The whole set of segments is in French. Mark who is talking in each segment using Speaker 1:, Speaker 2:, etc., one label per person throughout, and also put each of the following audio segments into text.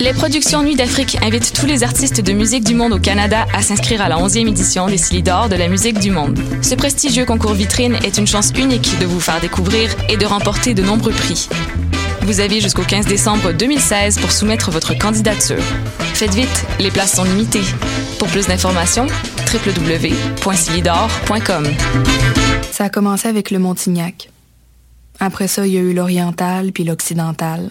Speaker 1: Les productions Nuit d'Afrique invitent tous les artistes de musique du monde au Canada à s'inscrire à la 11e édition des Silidor de la musique du monde. Ce prestigieux concours vitrine est une chance unique de vous faire découvrir et de remporter de nombreux prix. Vous avez jusqu'au 15 décembre 2016 pour soumettre votre candidature. Faites vite, les places sont limitées. Pour plus d'informations, www.silidor.com.
Speaker 2: Ça a commencé avec le Montignac. Après ça, il y a eu l'oriental puis l'occidental.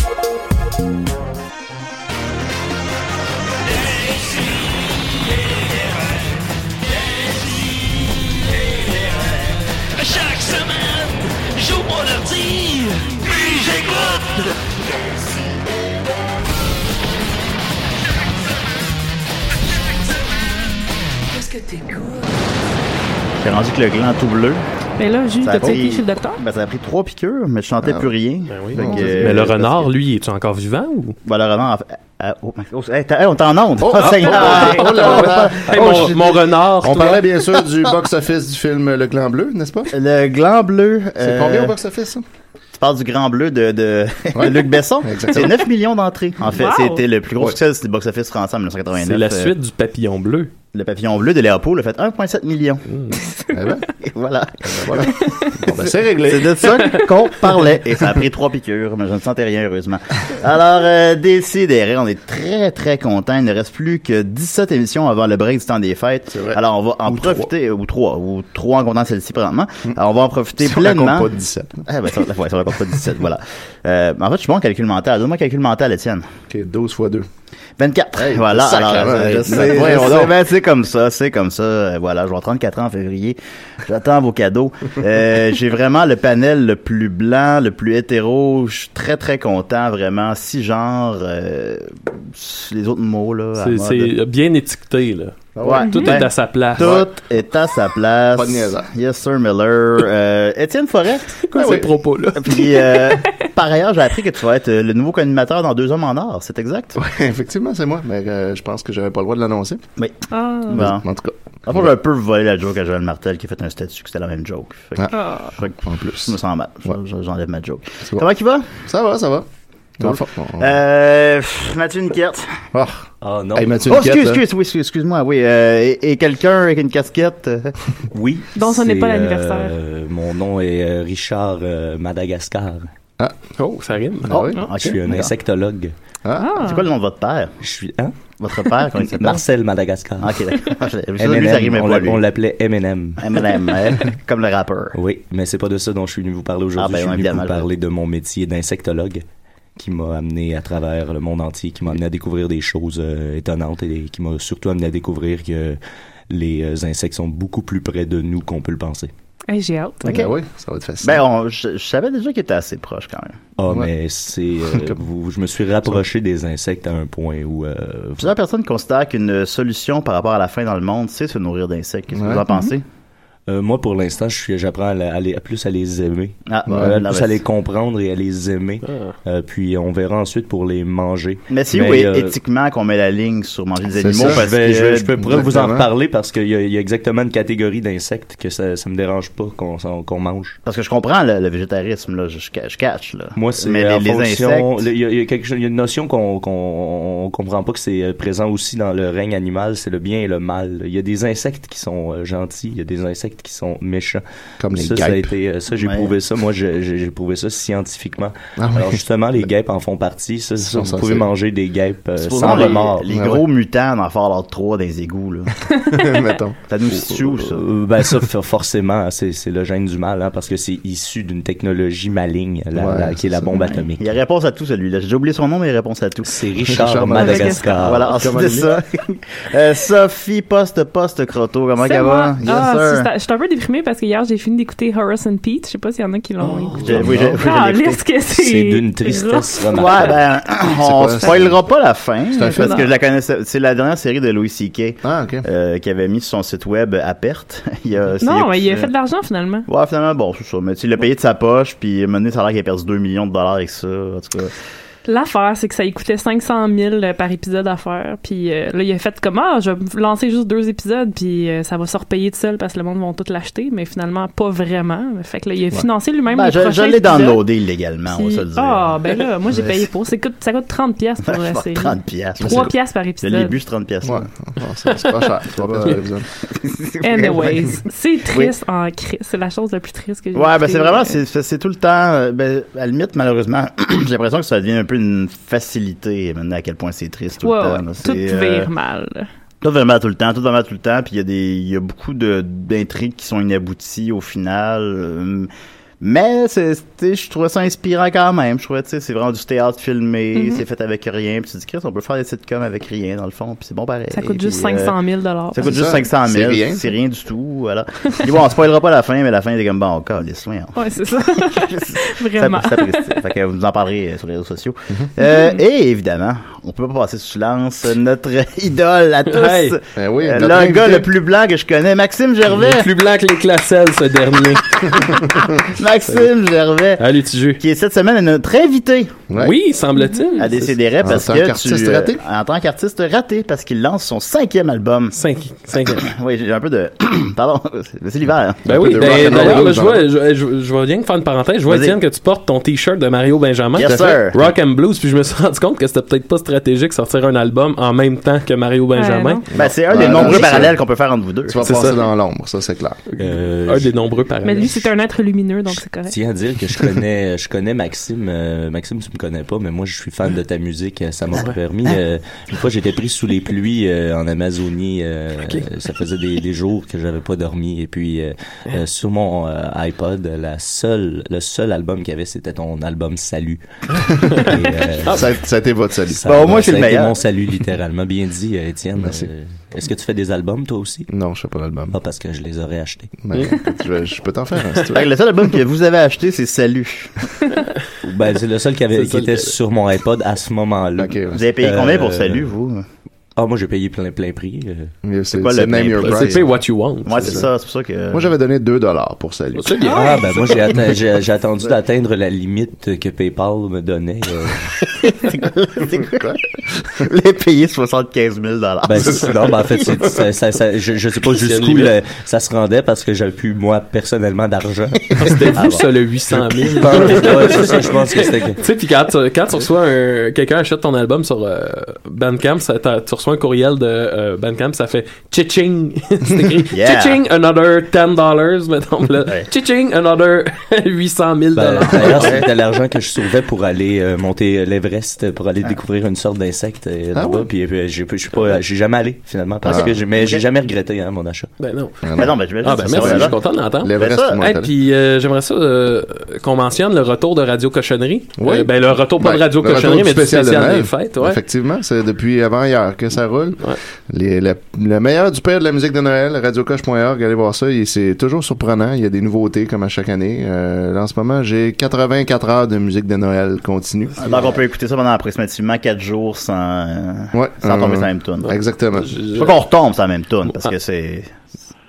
Speaker 3: Chaque semaine, j'ouvre mon ordi, puis j'écoute.
Speaker 4: Qu'est-ce que t'écoutes?
Speaker 5: J'ai rendu que le gland tout bleu.
Speaker 6: Mais là, j'ai eu
Speaker 5: Ça a
Speaker 6: de
Speaker 5: pris-
Speaker 6: chez le docteur.
Speaker 5: Ben, ça a pris trois piqûres, mais je chantais
Speaker 7: Ah.
Speaker 5: plus rien.
Speaker 7: oui.
Speaker 5: Fait que, euh,
Speaker 8: Ben Mais le
Speaker 5: parce
Speaker 8: renard,
Speaker 5: que-
Speaker 8: lui, est tu encore vivant ou?
Speaker 5: Ben, le renard. a- a- oh, oh, hey, t'as- hey, on t'en onde.
Speaker 7: Oh,
Speaker 5: Seigneur.
Speaker 7: ah, oh là là.
Speaker 8: Hey,
Speaker 7: Oh,
Speaker 8: mon,
Speaker 7: je-
Speaker 8: mon renard!
Speaker 7: On
Speaker 8: toi.
Speaker 7: parlait bien sûr du box-office du film Le Gland Bleu, n'est-ce pas?
Speaker 5: Le gland bleu.
Speaker 7: C'est
Speaker 5: euh,
Speaker 7: combien au box-office, ça?
Speaker 5: Tu parles du grand bleu de, de, de
Speaker 7: Ouais.
Speaker 5: Luc Besson.
Speaker 7: Exactement.
Speaker 5: Ben C'est 9 millions d'entrées. En fait,
Speaker 6: Wow.
Speaker 5: c'était le plus gros
Speaker 7: Ouais.
Speaker 5: succès du box-office français en 1989.
Speaker 8: C'est la
Speaker 5: Euh,
Speaker 8: suite du papillon bleu. Hmm.
Speaker 5: Le papillon bleu de Léopold a fait 1,7 million.
Speaker 7: Eh ben,
Speaker 5: Et voilà.
Speaker 7: voilà. Bon, ben, c'est
Speaker 5: C'est
Speaker 7: réglé.
Speaker 5: de ça qu'on parlait. Et ça a pris trois piqûres, mais je ne sentais rien, heureusement. Alors, euh, décidérez, on est très, très contents. Il ne reste plus que 17 émissions avant le break du temps des fêtes.
Speaker 7: C'est vrai.
Speaker 5: Alors, on va en
Speaker 7: Ou Hmm.
Speaker 5: profiter, ou trois, ou trois en comptant celle-ci, probablement. Alors, on va en profiter
Speaker 7: Si on la compte
Speaker 5: pleinement.
Speaker 7: pas de 17.
Speaker 5: Ah, ben, ça, ouais, ça, on la compte pas 17, voilà. Euh, en fait, je suis bon en calcul mental. Donne-moi un calcul mental, Étienne.
Speaker 7: OK, 12 fois 2.
Speaker 5: 24. voilà.
Speaker 7: sacrément,
Speaker 5: Alors, euh,
Speaker 7: hey,
Speaker 5: je sais,
Speaker 7: voyons
Speaker 5: je sais,
Speaker 7: donc.
Speaker 5: ben, c'est comme ça, c'est comme ça. Euh, Voilà, je vais avoir 34 ans en février. J'attends vos cadeaux. Euh, j'ai vraiment le panel le plus blanc, le plus hétéro. Je suis très très content, vraiment. Six genres, euh, les autres mots là. à
Speaker 8: C'est-
Speaker 5: mode.
Speaker 8: C'est bien étiqueté, là.
Speaker 5: Ouais.
Speaker 8: Tout
Speaker 5: Ben,
Speaker 8: est à sa place.
Speaker 5: Tout est à sa place.
Speaker 7: Pas de niaiseur.
Speaker 5: Yes, sir, Miller. Euh, Étienne Forêt.
Speaker 8: Quoi,
Speaker 7: Ah
Speaker 8: ces
Speaker 7: oui.
Speaker 8: propos-là?
Speaker 5: Puis, euh, par ailleurs, j'ai appris que tu vas être euh, le nouveau co-animateur dans Deux Hommes en Or. C'est exact?
Speaker 7: Ouais, effectivement, c'est moi, mais euh, je pense que j'avais pas le droit de l'annoncer.
Speaker 5: Oui.
Speaker 6: Ah.
Speaker 5: Bon.
Speaker 7: En tout cas,
Speaker 5: Après, j'ai un peu volé la joke à Joël Martel qui a fait un statut que c'était la même joke. Fait que,
Speaker 6: Ah.
Speaker 5: fait que
Speaker 7: en plus.
Speaker 5: je me sens mal. Je-
Speaker 7: Ouais.
Speaker 5: je- J'enlève ma joke.
Speaker 7: C'est bon.
Speaker 5: Comment tu vas?
Speaker 7: Ça va, ça va. Dans le fond, on-
Speaker 5: Euh, pff, Mathieu Niquette.
Speaker 7: Ah.
Speaker 8: Ah non.
Speaker 7: Hey, Mathieu hein?
Speaker 5: Oh,
Speaker 7: Niquette,
Speaker 5: excuse,
Speaker 7: là.
Speaker 5: excuse, oui, excuse- excuse-moi, oui. euh, et et quelqu'un avec une casquette. euh,
Speaker 9: Oui.
Speaker 6: Donc, ce n'est
Speaker 9: c'est,
Speaker 6: pas l'anniversaire.
Speaker 9: euh, mon nom est euh, Richard euh, Madagascar.
Speaker 7: Ah,
Speaker 8: Oh, ça rime.
Speaker 7: ah oui.
Speaker 6: Ah.
Speaker 7: ok.
Speaker 9: Je suis un insectologue.
Speaker 7: Ah,
Speaker 6: Ah.
Speaker 5: C'est quoi le nom de votre père?
Speaker 9: Je suis hein?
Speaker 5: Votre père, comment il s'appelle?
Speaker 9: Marcel Madagascar.
Speaker 5: Ah, Ok, d'accord. Je- je-
Speaker 9: M&M,
Speaker 5: Lui, ça rimait
Speaker 9: on
Speaker 5: pas,
Speaker 9: l'a-
Speaker 5: lui.
Speaker 9: on l'appelait M&M.
Speaker 5: M&M, hein, comme le rappeur.
Speaker 9: Oui, mais c'est pas de ça dont je suis venu vous parler aujourd'hui.
Speaker 5: Ah, ben,
Speaker 9: je suis venu
Speaker 5: évidemment,
Speaker 9: vous parler de mon métier d'insectologue qui m'a amené à travers le monde entier, qui m'a amené à découvrir des choses euh, étonnantes et qui m'a surtout amené à découvrir que les euh, insectes sont beaucoup plus près de nous qu'on peut le penser.
Speaker 6: Hey, j'ai hâte.
Speaker 7: Ben oui, ça va être facile.
Speaker 5: Ben, on- je, je savais déjà qu'il était assez proche quand même.
Speaker 9: Ah,
Speaker 7: Ouais.
Speaker 9: mais c'est... euh, vous- je me suis rapproché des insectes à un point où... euh,
Speaker 5: Plusieurs personnes considèrent qu'une solution par rapport à la faim dans le monde, c'est se nourrir d'insectes. Qu'est-ce que
Speaker 7: Ouais. Mm-hmm.
Speaker 5: vous en pensez?
Speaker 9: Euh, moi, pour l'instant, je suis, j'apprends à, la- à les- à plus à les aimer,
Speaker 5: Ah,
Speaker 9: Euh,
Speaker 5: ouais,
Speaker 9: à
Speaker 5: non,
Speaker 9: plus
Speaker 5: mais
Speaker 9: à les
Speaker 5: c'est-
Speaker 9: comprendre et à les aimer.
Speaker 7: Ah.
Speaker 9: Euh, puis on verra ensuite pour les manger.
Speaker 5: Mais si
Speaker 9: Mais,
Speaker 5: oui,
Speaker 9: euh,
Speaker 5: éthiquement qu'on met la ligne sur manger des
Speaker 7: C'est
Speaker 5: animaux,
Speaker 7: ça.
Speaker 5: parce
Speaker 9: je, vais-
Speaker 5: que
Speaker 9: je vais- je peux
Speaker 5: euh,
Speaker 9: pourrais vous en
Speaker 7: Exactement.
Speaker 9: reparler parce qu'il y, a- il y a exactement une catégorie d'insectes que ça, ça me dérange pas qu'on s'en- qu'on mange.
Speaker 5: parce que je comprends le, le végétarisme là, je, je ca- je catch là.
Speaker 9: Moi, c'est
Speaker 5: mais
Speaker 9: en
Speaker 5: les, les
Speaker 9: fonction-
Speaker 5: insectes,
Speaker 9: le- Il y, a- il y a quelque chose- il y a une notion qu'on qu'on on comprend pas que c'est euh, présent aussi dans le règne animal, c'est le bien et le mal. Il y a des insectes qui sont euh, gentils, il y a des insectes insectes qui sont méchants.
Speaker 7: Comme les
Speaker 9: ça, ça a
Speaker 7: guêpes.
Speaker 9: été- euh, ça, j'ai
Speaker 7: Ouais.
Speaker 9: prouvé ça. Moi, je- je- j'ai prouvé ça scientifiquement.
Speaker 7: Ah ouais.
Speaker 9: Alors justement, les guêpes en font partie. Ça, ça, vous
Speaker 5: ça,
Speaker 9: pouvez
Speaker 5: c'est-
Speaker 9: manger des guêpes euh,
Speaker 5: Supposons
Speaker 9: sans
Speaker 5: les,
Speaker 9: remords.
Speaker 5: les gros mutants dans Fallout 3 dans les égouts, là. Ça nous situe où, ça?
Speaker 9: Euh, ben ça for- forcément c'est c'est le gène du mal hein, parce que c'est issu d'une technologie maligne la-
Speaker 5: Ouais,
Speaker 9: la- qui est la bombe atomique
Speaker 5: Il y a réponse à tout, celui-là. J'ai oublié son nom, mais il y a réponse à tout.
Speaker 9: C'est Richard Richard Madagascar. Madagascar.
Speaker 5: Voilà, c'était ça. Euh, Sophie, poste, poste, croto. Comment
Speaker 6: C'est
Speaker 5: ça va?
Speaker 6: moi. Ah,
Speaker 5: sir.
Speaker 6: c'est- je suis un peu déprimée parce que hier j'ai fini d'écouter Horace and Pete. Je sais pas s'il y en a qui l'ont écouté.
Speaker 5: J'ai- Ben oui, j'ai- oui, je l'ai
Speaker 6: Ah,
Speaker 5: écouté.
Speaker 6: laisse que c'est. rough.
Speaker 5: Ouais, ben, on
Speaker 6: C'est pas-
Speaker 5: spoilera pas la fin,
Speaker 6: C'est un
Speaker 5: parce
Speaker 6: film.
Speaker 5: que je la connaissais. C'est la dernière série de Louis C.K. euh, qui avait mis sur son site web à perte. il a,
Speaker 6: Non, mais il a fait de l'argent finalement.
Speaker 5: Ouais, finalement, bon, c'est ça. Mais tu sais, il l'a payé de sa poche, puis maintenant, ça a l'air qu'il a perdu 2 millions de dollars avec ça. En tout cas.
Speaker 6: L'affaire, c'est que ça lui coûtait 500 000 euh, par épisode à faire. Puis euh, là, il a fait comme Ah, je vais me lancer juste deux épisodes, puis euh, ça va se repayer tout seul parce que le monde va tout l'acheter. Mais finalement, pas vraiment. Fait que là, il a
Speaker 5: Ouais.
Speaker 6: financé lui-même
Speaker 5: Ben,
Speaker 6: les
Speaker 5: je, je
Speaker 6: prochains
Speaker 5: l'ai
Speaker 6: épisodes.
Speaker 5: downloadé illégalement, on va
Speaker 6: Puis-
Speaker 5: se le dire.
Speaker 6: Ah, ben là, moi j'ai
Speaker 5: Ouais.
Speaker 6: payé pour. Ça coûte, ça coûte 30 pièces pour la série.
Speaker 5: 30 piastres.
Speaker 6: 3 pièces par
Speaker 5: Le
Speaker 6: épisode.
Speaker 5: début, c'est 30 piastres.
Speaker 7: c'est c'est pas cher. Trois piastres par épisode.
Speaker 6: Anyways, c'est triste
Speaker 5: Oui.
Speaker 6: en crise. C'est la chose la plus triste que j'ai euh,
Speaker 5: Ouais, ben
Speaker 6: écoutée.
Speaker 5: c'est vraiment, c'est- c'est c'est tout le temps, euh, ben, à la limite, malheureusement, j'ai l'impression que ça devient un peu une facilité maintenant à quel point c'est triste tout
Speaker 6: Ouais,
Speaker 5: le temps.
Speaker 6: ouais,
Speaker 5: là.
Speaker 6: tout
Speaker 5: C'est, euh,
Speaker 6: vire mal.
Speaker 5: Tout va mal tout le temps, tout va mal tout le temps, puis il y a des, il y a beaucoup de d'intrigues qui sont inabouties au final. euh, Mais c'est, tu sais, je trouvais ça inspirant quand même. Je trouvais, tu sais, c'est vraiment du théâtre filmé,
Speaker 6: Mhm.
Speaker 5: c'est fait avec rien. Puis tu te dis, Chris, on peut faire des sitcoms avec rien dans le fond, puis c'est bon pareil.
Speaker 6: Ça coûte juste
Speaker 5: Puis, euh,
Speaker 6: 500 000
Speaker 5: ça coûte juste 500 000.
Speaker 6: C'est rien.
Speaker 5: C'est rien du tout. Voilà. Puis bon, on spoilera pas la fin, mais la fin, c'est comme bon, encore, les soins.
Speaker 6: Ouais, c'est ça.
Speaker 5: Ça,
Speaker 6: vraiment.
Speaker 5: ça précise. fait que vous en parlerez euh, sur les réseaux sociaux. Euh, et évidemment, on peut pas passer sous silence notre idole à tous.
Speaker 8: Hey.
Speaker 7: Ben oui,
Speaker 5: Euh,
Speaker 8: notre
Speaker 5: le
Speaker 8: invité.
Speaker 5: gars le plus blanc que je connais, Maxime Gervais.
Speaker 8: Plus blanc que les classelles, ce dernier.
Speaker 5: Maxime Gervais.
Speaker 8: Allez, tu joues.
Speaker 5: Qui est cette semaine notre invité.
Speaker 8: Oui, semble-t-il.
Speaker 5: À décider
Speaker 8: En
Speaker 5: parce
Speaker 8: tant
Speaker 5: que
Speaker 8: qu'artiste
Speaker 5: tu, euh,
Speaker 8: raté.
Speaker 5: en tant qu'artiste raté, parce qu'il lance son cinquième album.
Speaker 8: cinquième.
Speaker 5: oui, j'ai un peu de. Pardon, c'est- c'est l'hiver. hein.
Speaker 8: Ben oui,
Speaker 5: Un peu de
Speaker 8: ben,
Speaker 5: rock and roll
Speaker 8: d'ailleurs, là,
Speaker 5: blues,
Speaker 8: je
Speaker 5: pardon.
Speaker 8: vois, je, je, je vais bien faire une parenthèse. Je vois,
Speaker 5: Vas-y.
Speaker 8: Étienne, que tu portes ton t-shirt de Mario Benjamin.
Speaker 5: Yes,
Speaker 8: Tout à fait.
Speaker 5: sir.
Speaker 8: Rock and Blues, puis je me suis rendu compte que c'était peut-être pas stratégique sortir un album en même temps que Mario Benjamin.
Speaker 5: Ben, c'est un des nombreux parallèles qu'on peut faire entre vous deux.
Speaker 7: Tu vas
Speaker 8: C'est
Speaker 7: passer
Speaker 8: ça.
Speaker 7: dans l'ombre, ça c'est clair.
Speaker 8: un des nombreux parallèles.
Speaker 6: Mais lui, c'est un être lumineux, donc c'est correct.
Speaker 9: tiens à dire que je connais, je connais Maxime. euh, Maxime, tu me connais pas, mais moi, je suis fan de ta musique. euh, Ça m'a permis. euh, une fois, j'étais pris sous les pluies euh, en Amazonie. euh, euh, Ça faisait des, des jours que j'avais pas dormi. Et puis, euh, euh, sur mon euh, iPod, la seule, le seul album qu'il y avait, c'était ton album Salut. euh,
Speaker 7: Ça a- ça a été votre salut.
Speaker 9: Ça,
Speaker 7: Bon, au
Speaker 9: m'a-
Speaker 7: moins, je suis
Speaker 9: ça
Speaker 7: le
Speaker 9: a été
Speaker 7: meilleur.
Speaker 9: mon salut, littéralement. Bien dit, euh, Étienne. Euh, Est-ce que tu fais des albums, toi aussi?
Speaker 7: Non, je fais pas d'album.
Speaker 9: Ah, parce que je les aurais achetés.
Speaker 7: Mais écoute, je, vais- je peux t'en faire un si tu
Speaker 5: Fait que
Speaker 7: veux.
Speaker 5: le seul album que vous avez acheté, c'est Salut.
Speaker 9: Ben, c'est le seul qui, avait-
Speaker 5: C'est le
Speaker 9: qui
Speaker 5: seul
Speaker 9: était
Speaker 5: qui-
Speaker 9: sur mon iPod à ce moment-là. Euh,
Speaker 5: Vous avez payé combien pour Salut, vous?
Speaker 9: Ah, moi, j'ai payé plein, plein prix. euh.
Speaker 7: C'est quoi c'est le name your price?
Speaker 9: C'est pay what you want.
Speaker 5: Ouais, c'est ça, c'est pour ça que.
Speaker 7: Moi j'avais donné 2$ pour salut.
Speaker 9: Ah, ben moi, j'ai atte- j'ai- j'ai attendu d'atteindre la limite que PayPal me donnait. euh.
Speaker 5: C'est quoi? Vous l'avez payé 75 000
Speaker 9: Ben, c'est- non, ben, en fait, c'est- ça, ça- ça- je, je sais pas
Speaker 5: C'est une
Speaker 9: jusqu'où
Speaker 5: limite.
Speaker 9: le- ça se rendait parce que j'avais plus, moi, personnellement, d'argent.
Speaker 8: C'était
Speaker 9: Alors,
Speaker 8: fou, ça, le 800 000.
Speaker 9: Ah Je pense- ouais, c'est ça, je pense que c'était...
Speaker 8: Tu sais, puis quand, tu- quand tu reçois un. Quelqu'un achète ton album sur euh, Bandcamp, ça, t'a- tu reçois un courriel de euh, Bandcamp, ça fait Chiching. C'est écrit
Speaker 9: Yeah.
Speaker 8: Chiching another 10 dollars, mettons. Là. Chiching another 800
Speaker 9: Ben,
Speaker 8: 000 dollars.
Speaker 9: D'ailleurs, c'était l'argent que je sauvais pour aller euh, monter euh, l'Everest, pour aller découvrir une sorte d'insecte euh,
Speaker 8: Ah
Speaker 9: là-bas.
Speaker 8: ouais?
Speaker 9: Puis euh, j'ai je suis pas, j'ai jamais allé finalement parce
Speaker 8: Ah.
Speaker 9: que j'ai, mais j'ai
Speaker 8: Ok.
Speaker 9: jamais regretté hein, mon achat.
Speaker 8: Ben non.
Speaker 9: Ben non, ben j'imagine
Speaker 8: Ah
Speaker 9: que
Speaker 8: ben
Speaker 9: ça
Speaker 8: merci,
Speaker 9: sera
Speaker 8: je suis
Speaker 9: là.
Speaker 8: content de l'entendre.
Speaker 9: L'Everest,
Speaker 8: Ben ça,
Speaker 9: moi,
Speaker 8: hey,
Speaker 9: t'as
Speaker 8: puis euh, j'aimerais ça euh, qu'on mentionne le retour de Radio Cochonnerie.
Speaker 7: Oui.
Speaker 8: Euh, ben le retour pas
Speaker 7: Ben,
Speaker 8: de Radio
Speaker 7: le retour
Speaker 8: Cochonnerie,
Speaker 7: du
Speaker 8: mais du spécial,
Speaker 7: de
Speaker 8: des
Speaker 7: Noël.
Speaker 8: fêtes. Ouais.
Speaker 7: Effectivement, c'est depuis avant-hier que ça roule. Les- le, le meilleur du père de la musique de Noël, radiocoche.org, allez voir ça. et C'est toujours surprenant. Il y a des nouveautés comme à chaque année. Euh, là, en ce moment, j'ai 84 heures de musique de Noël continue.
Speaker 8: Ah,
Speaker 5: Donc, on peut écouter ça pendant approximativement 4 jours sans, euh,
Speaker 7: Ouais,
Speaker 5: sans tomber
Speaker 7: euh,
Speaker 5: sur la même tune.
Speaker 7: Exactement.
Speaker 5: C'est pas qu'on retombe sur la même tune, parce que c'est.